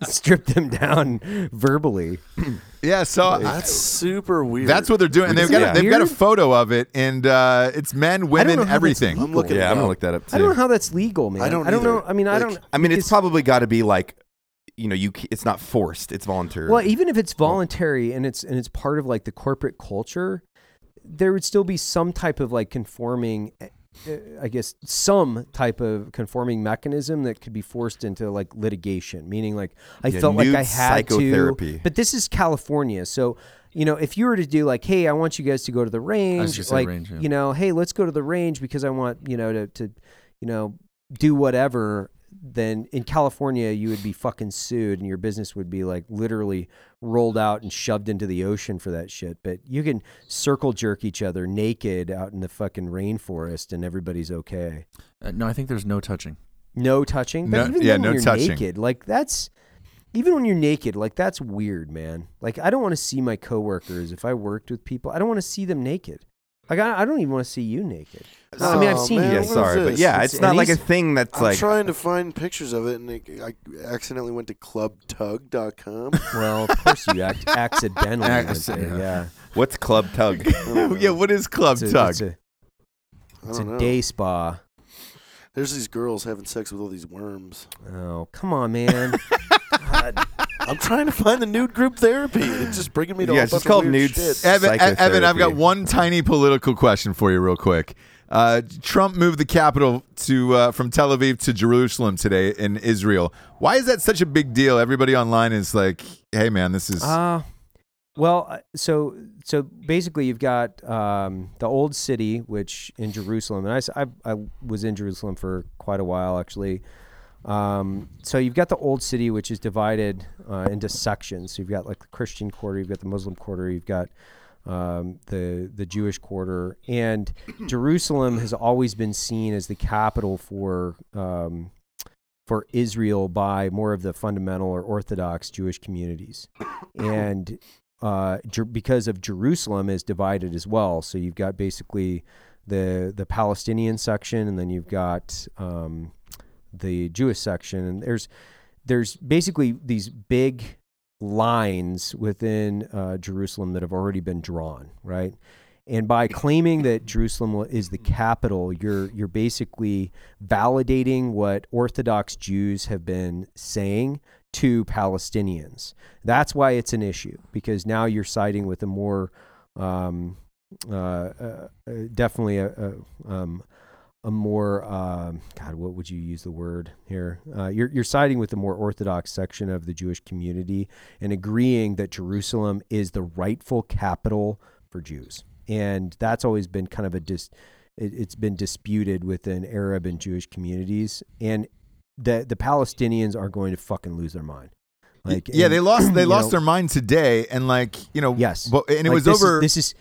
Speaker 4: Strip them down verbally.
Speaker 3: yeah, so I-
Speaker 2: That's super weird.
Speaker 3: that's what they're doing, and they've
Speaker 5: Isn't
Speaker 3: got a,
Speaker 5: it
Speaker 3: they've got a
Speaker 4: weird?
Speaker 3: photo of it, and uh, it's men,
Speaker 4: know
Speaker 3: women,
Speaker 4: how that's
Speaker 3: everything.
Speaker 2: I'm looking.
Speaker 5: yeah, I'm
Speaker 2: it
Speaker 5: gonna
Speaker 2: up.
Speaker 5: look that up too.
Speaker 4: I don't know how that's legal, man.
Speaker 2: I don't either.
Speaker 4: know. I mean, I
Speaker 2: Like,
Speaker 4: don't.
Speaker 5: I mean, it's
Speaker 4: because-
Speaker 5: probably got to be like, you know, you c- it's not forced. It's voluntary.
Speaker 4: Well, even if it's voluntary and it's and it's part of like the corporate culture, there would still be some type of like conforming uh, I guess some type of conforming mechanism that could be forced into like litigation, meaning like I
Speaker 5: Yeah,
Speaker 4: felt like
Speaker 5: nude
Speaker 4: I had to
Speaker 5: psychotherapy.
Speaker 4: but this is California, so you know, if you were to do like, hey, I want you guys to go to the range,
Speaker 6: gonna say
Speaker 4: like
Speaker 6: range, yeah.
Speaker 4: you know, hey, let's go to the range because I want you know to, to you know do whatever. Then in California, you would be fucking sued, and your business would be like literally rolled out and shoved into the ocean for that shit. But you can circle jerk each other naked out in the fucking rainforest, and everybody's okay.
Speaker 6: Uh, no, I think there's no touching.
Speaker 4: No touching, but
Speaker 3: No-
Speaker 4: even
Speaker 3: yeah,
Speaker 4: then
Speaker 3: no
Speaker 4: when you're
Speaker 3: touching.
Speaker 4: naked, like that's even when you're naked, like that's weird, man. Like I don't want to see my coworkers if I worked with people. I don't want to see them naked. Like I, I don't even want to see you naked. I mean, I've
Speaker 2: Oh,
Speaker 4: seen
Speaker 2: man,
Speaker 4: you.
Speaker 5: yeah,
Speaker 2: what is
Speaker 5: sorry, but
Speaker 2: this?
Speaker 5: yeah,
Speaker 4: It's-
Speaker 5: it's, not
Speaker 4: and
Speaker 5: like a
Speaker 4: he's-
Speaker 5: thing that's
Speaker 2: I'm
Speaker 5: like.
Speaker 2: trying to find pictures of it, and it, I accidentally went to clubtug.com.
Speaker 4: Well, of course you act accidentally. went there,
Speaker 6: Accident-
Speaker 4: Yeah,
Speaker 5: What's club tug?
Speaker 3: yeah, what is club
Speaker 4: it's a,
Speaker 3: tug?
Speaker 4: It's a,
Speaker 2: I
Speaker 4: it's
Speaker 2: don't
Speaker 4: a
Speaker 2: know.
Speaker 4: day spa.
Speaker 2: There's these girls having sex with all these worms.
Speaker 4: Oh, come on, man.
Speaker 2: I'm trying to find the nude group therapy. It's just bringing me to
Speaker 5: Yeah,
Speaker 2: all
Speaker 5: it's
Speaker 2: a bunch
Speaker 5: just called
Speaker 2: of weird
Speaker 5: nude
Speaker 2: shit.
Speaker 5: sex.
Speaker 3: Evan, E- Evan, I've got
Speaker 5: Psychotherapy.
Speaker 3: one tiny political question for you, real quick. Uh, Trump moved the capital to uh, from Tel Aviv to Jerusalem today in Israel. Why is that such a big deal? Everybody online is like, "Hey, man, this is
Speaker 4: Uh, well, uh, so so basically, you've got um, the old city, which in Jerusalem, and I s- I, I was in Jerusalem for quite a while actually. Um, so you've got the old city, which is divided uh, into sections. So you've got like the Christian quarter, you've got the Muslim quarter, you've got um, the the Jewish quarter, and Jerusalem has always been seen as the capital for um, for Israel by more of the fundamental or Orthodox Jewish communities, and uh, Jer- because of Jerusalem is divided as well. So you've got basically the the Palestinian section, and then you've got um, the Jewish section, and there's there's basically these big lines within uh, Jerusalem that have already been drawn, right? And by claiming that Jerusalem wa- is the capital, you're you're basically validating what Orthodox Jews have been saying to Palestinians. That's why it's an issue because now you're siding with a more um, uh, uh, uh, definitely a, a um, a more um, God, what would you use the word here? Uh, you're you're siding with the more orthodox section of the Jewish community and agreeing that Jerusalem is the rightful capital for Jews, and that's always been kind of a dis. It, it's been disputed within Arab and Jewish communities, and the the Palestinians are going to fucking lose their mind. Like,
Speaker 3: yeah,
Speaker 4: and,
Speaker 3: they lost. They
Speaker 4: you
Speaker 3: lost
Speaker 4: know,
Speaker 3: their mind today, and like you know,
Speaker 4: Yes,
Speaker 3: but, and it
Speaker 4: Like,
Speaker 3: was
Speaker 4: this is-
Speaker 3: over.
Speaker 4: this is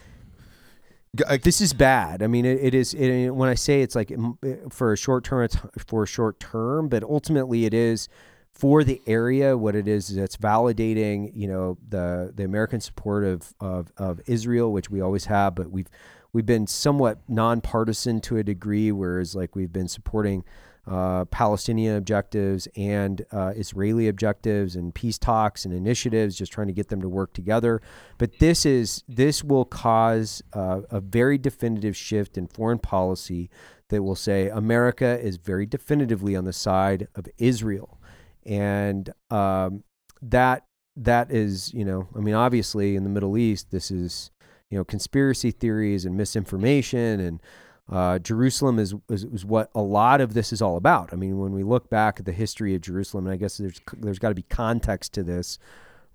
Speaker 4: this is bad. I mean, it, it is. It, when I say it's like mm, eh, for a short term, it's for a short term, but ultimately it is for the area. What it is is it's validating, you know, the the American support of of, of Israel, which we always have, but we've we've been somewhat nonpartisan to a degree, whereas like we've been supporting. Uh, Palestinian objectives and uh, Israeli objectives and peace talks and initiatives, just trying to get them to work together. But this is this will cause uh, a very definitive shift in foreign policy that will say America is very definitively on the side of Israel, and um, that that is you know I mean obviously in the Middle East this is you know conspiracy theories and misinformation and uh, Jerusalem is, is is what a lot of this is all about. I mean, when we look back at the history of Jerusalem, and I guess there's there's got to be context to this,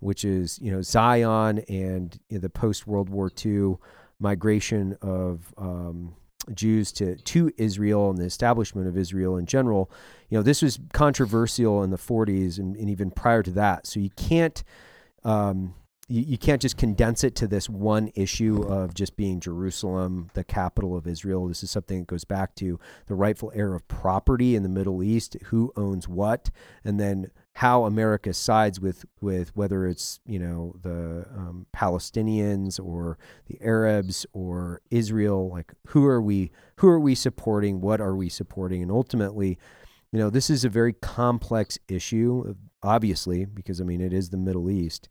Speaker 4: which is you know Zion and you know, the post World War II migration of um, Jews to to Israel and the establishment of Israel in general. You know, this was controversial in the 40s and, and even prior to that. So you can't. Um, you, you can't just condense it to this one issue of just being Jerusalem, the capital of Israel. This is something that goes back to the rightful heir of property in the Middle East, who owns what, and then how America sides with with whether it's you know the um, Palestinians or the Arabs or Israel. Like who are we? Who are we supporting? What are we supporting? And ultimately, you know, this is a very complex issue, obviously, because I mean it is the Middle East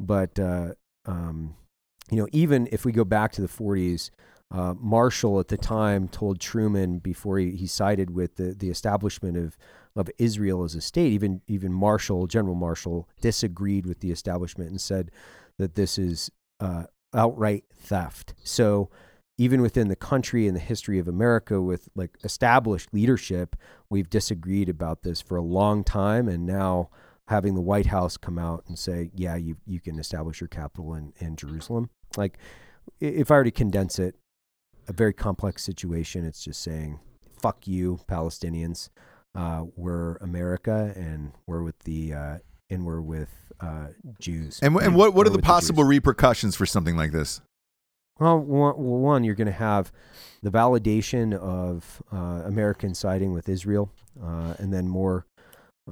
Speaker 4: but uh, um, you know, even if we go back to the 40s, uh, Marshall at the time told Truman before he, he sided with the, the establishment of of Israel as a state. Even even Marshall, General Marshall, disagreed with the establishment and said that this is uh, outright theft. So even within the country and the history of America, with like established leadership, we've disagreed about this for a long time, and now having the White House come out and say, "Yeah, you you can establish your capital in in Jerusalem." Like, i- if I were to condense it, a very complex situation. It's just saying, "Fuck you, Palestinians. Uh, we're America, and we're with the uh, and we're with uh, Jews."
Speaker 3: and, wh- and
Speaker 4: We're-
Speaker 3: what what
Speaker 4: we're
Speaker 3: are the
Speaker 4: with Jews."
Speaker 3: possible repercussions for something like this?
Speaker 4: Well, one, well, one you're going to have the validation of uh, American siding with Israel, uh, and then more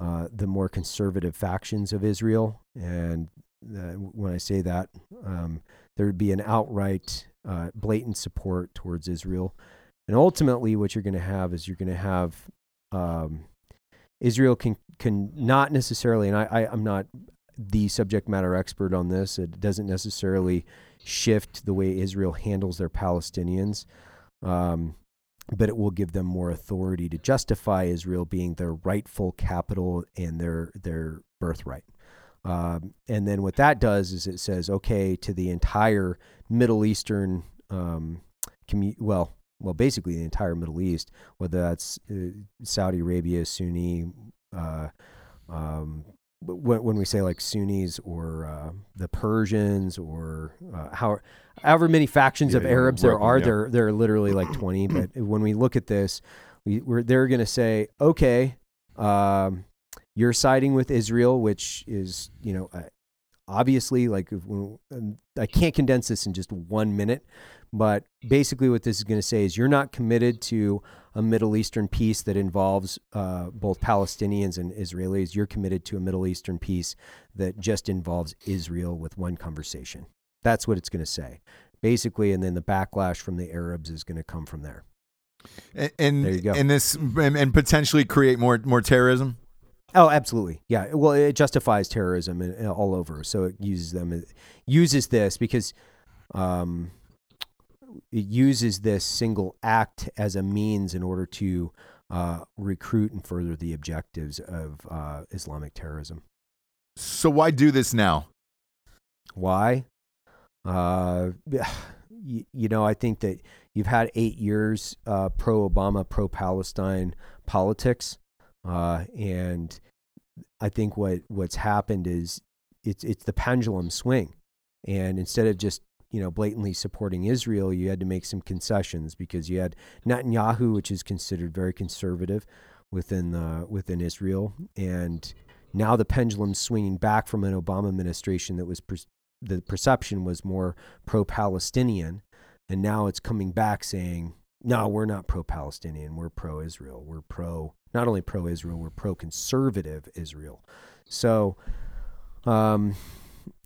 Speaker 4: uh, the more conservative factions of Israel. And uh, when I say that, um, there would be an outright, uh, blatant support towards Israel. And ultimately, what you're going to have is you're going to have um, Israel can can not necessarily, and I, I I'm not the subject matter expert on this. It doesn't necessarily shift the way Israel handles their Palestinians, um, but it will give them more authority to justify Israel being their rightful capital and their their birthright. Um, and then what that does is it says, okay, to the entire Middle Eastern um, commu- well, well, basically the entire Middle East, whether that's uh, Saudi Arabia, Sunni, uh, um, but when, when we say like Sunnis or uh, the Persians or uh, how, however many factions of
Speaker 5: Yeah, yeah,
Speaker 4: Arabs there
Speaker 5: world,
Speaker 4: are,
Speaker 5: yeah.
Speaker 4: there there are literally like twenty. But when we look at this, we, we're they're going to say, okay, um, you're siding with Israel, which is you know uh, obviously like if we- um, I can't condense this in just one minute, but basically what this is going to say is you're not committed to a Middle Eastern peace that involves uh, both Palestinians and Israelis. You're committed to a Middle Eastern peace that just involves Israel with one conversation. That's what it's going to say, basically. And then the backlash from the Arabs is going to come from there.
Speaker 3: And and,
Speaker 4: There you go.
Speaker 3: and this and, and potentially create more more terrorism.
Speaker 4: Oh, absolutely. Yeah. Well, it justifies terrorism in, in- all over. So it uses them, it uses this because um, it uses this single act as a means in order to uh, recruit and further the objectives of uh, Islamic terrorism.
Speaker 3: So why do this now?
Speaker 4: Why? Uh, you, you know, I think that you've had eight years uh, pro Obama, pro Palestine politics, uh, and I think what what's happened is it's it's the pendulum swing, and instead of just you know blatantly supporting Israel, you had to make some concessions because you had Netanyahu, which is considered very conservative within uh, within Israel, and now the pendulum's swinging back from an Obama administration that was per- the perception was more pro-Palestinian, and now it's coming back saying, no, we're not pro-Palestinian, we're pro-Israel, we're pro not only pro-Israel, we're pro-conservative Israel. So, um,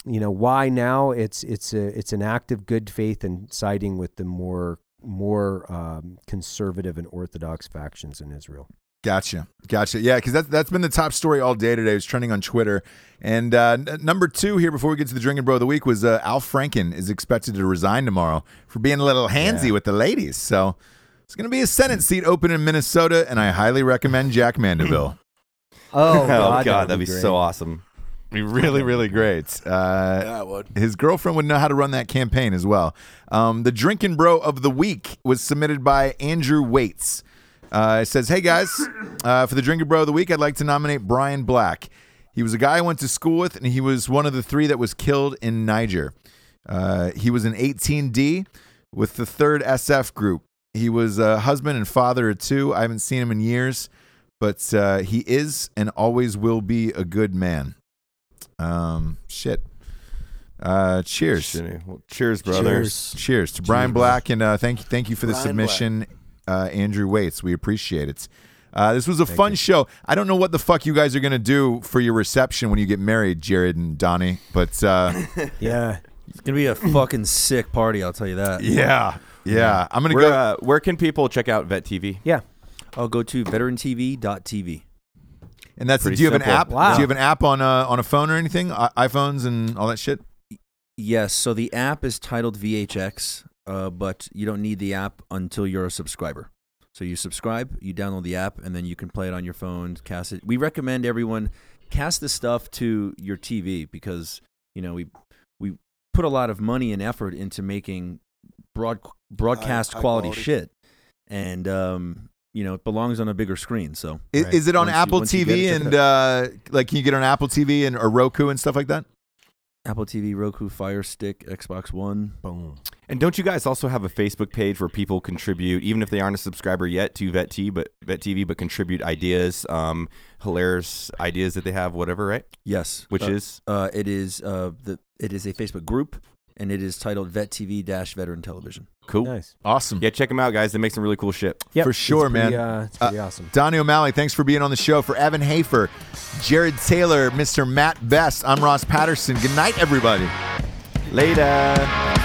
Speaker 4: you know, why now? It's it's a it's an act of good faith and siding with the more more um, conservative and orthodox factions in Israel.
Speaker 3: Gotcha, gotcha. Yeah, because that's that's been the top story all day today. It was trending on Twitter. And uh, n- number two here, before we get to the drinking bro of the week, was uh, Al Franken is expected to resign tomorrow for being a little handsy with the ladies. So it's going to be a Senate seat open in Minnesota, and I highly recommend Jack Mandeville.
Speaker 4: Oh,
Speaker 5: Oh, God, that'd be, so awesome.
Speaker 3: be really, really great. Uh,
Speaker 2: Yeah, I would.
Speaker 3: His girlfriend would know how to run that campaign as well. Um, the drinking bro of the week was submitted by Andrew Waits. Uh, it says, "Hey guys, uh, for the drinking bro of the week, I'd like to nominate Brian Black. He was a guy I went to school with, and he was one of the three that was killed in Niger. Uh, he was an 18D with the third SF group. He was a husband and father of two. I haven't seen him in years, but uh, he is and always will be a good man. Um, shit. Uh, cheers.
Speaker 5: Well, cheers, brother.
Speaker 3: Cheers to Brian Black, and uh, thank you, thank you for the
Speaker 2: Brian
Speaker 3: submission, uh, Andrew Waits. We appreciate it. Uh, this was a fun show. I don't know what the fuck you guys are gonna do for your reception when you get married, Jared and Donnie, but uh,
Speaker 4: Yeah.
Speaker 6: It's gonna be a fucking sick party, I'll tell you that.
Speaker 3: yeah, yeah, I'm gonna
Speaker 5: Where,
Speaker 3: go.
Speaker 5: uh, where can people check out Vet TV?
Speaker 4: Yeah.
Speaker 6: I'll go to veterantv.tv.
Speaker 3: and that's do
Speaker 5: pretty
Speaker 3: you have an
Speaker 5: simple.
Speaker 3: app?
Speaker 4: Wow.
Speaker 3: Do you have an app on uh, on a phone or anything? I- iPhones and all that shit.
Speaker 6: Yes, so the app is titled VHX, uh, but you don't need the app until you're a subscriber. So you subscribe, you download the app, and then you can play it on your phone, cast it. We recommend everyone cast this stuff to your TV because, you know, we we put a lot of money and effort into making broad broadcast
Speaker 2: high
Speaker 6: quality,
Speaker 2: quality.
Speaker 6: shit. And um, you know, it belongs on a bigger screen, so
Speaker 3: I- Is,
Speaker 5: Right.
Speaker 3: it on
Speaker 6: Once you-
Speaker 3: Apple
Speaker 6: once you
Speaker 3: TV
Speaker 6: get it, check
Speaker 3: and
Speaker 6: it
Speaker 3: uh, like can you get on Apple TV and or Roku and stuff like that? uh,
Speaker 6: Apple TV, Roku, Fire Stick, Xbox One.
Speaker 4: Boom.
Speaker 5: And don't you guys also have a Facebook page where people contribute, even if they aren't a subscriber yet, to Vet T, but Vet TV, but contribute ideas, um, hilarious ideas that they have, whatever, right?
Speaker 6: Yes.
Speaker 5: Which
Speaker 6: Uh,
Speaker 5: is
Speaker 6: Uh, it is uh, the it is a Facebook group, and it is titled Vet TV Dash Veteran Television.
Speaker 5: cool.
Speaker 4: Nice.
Speaker 3: Awesome.
Speaker 5: Yeah, check them out, guys. They make some really cool shit.
Speaker 4: Yep,
Speaker 3: For
Speaker 4: it's
Speaker 3: sure,
Speaker 4: pretty,
Speaker 3: man.
Speaker 4: Uh, it's pretty awesome.
Speaker 3: Donnie O'Malley, thanks for being on the show. For Evan Hafer, Jared Taylor, Mr. Matt Best, I'm Ross Patterson. Good night, everybody.
Speaker 5: Later.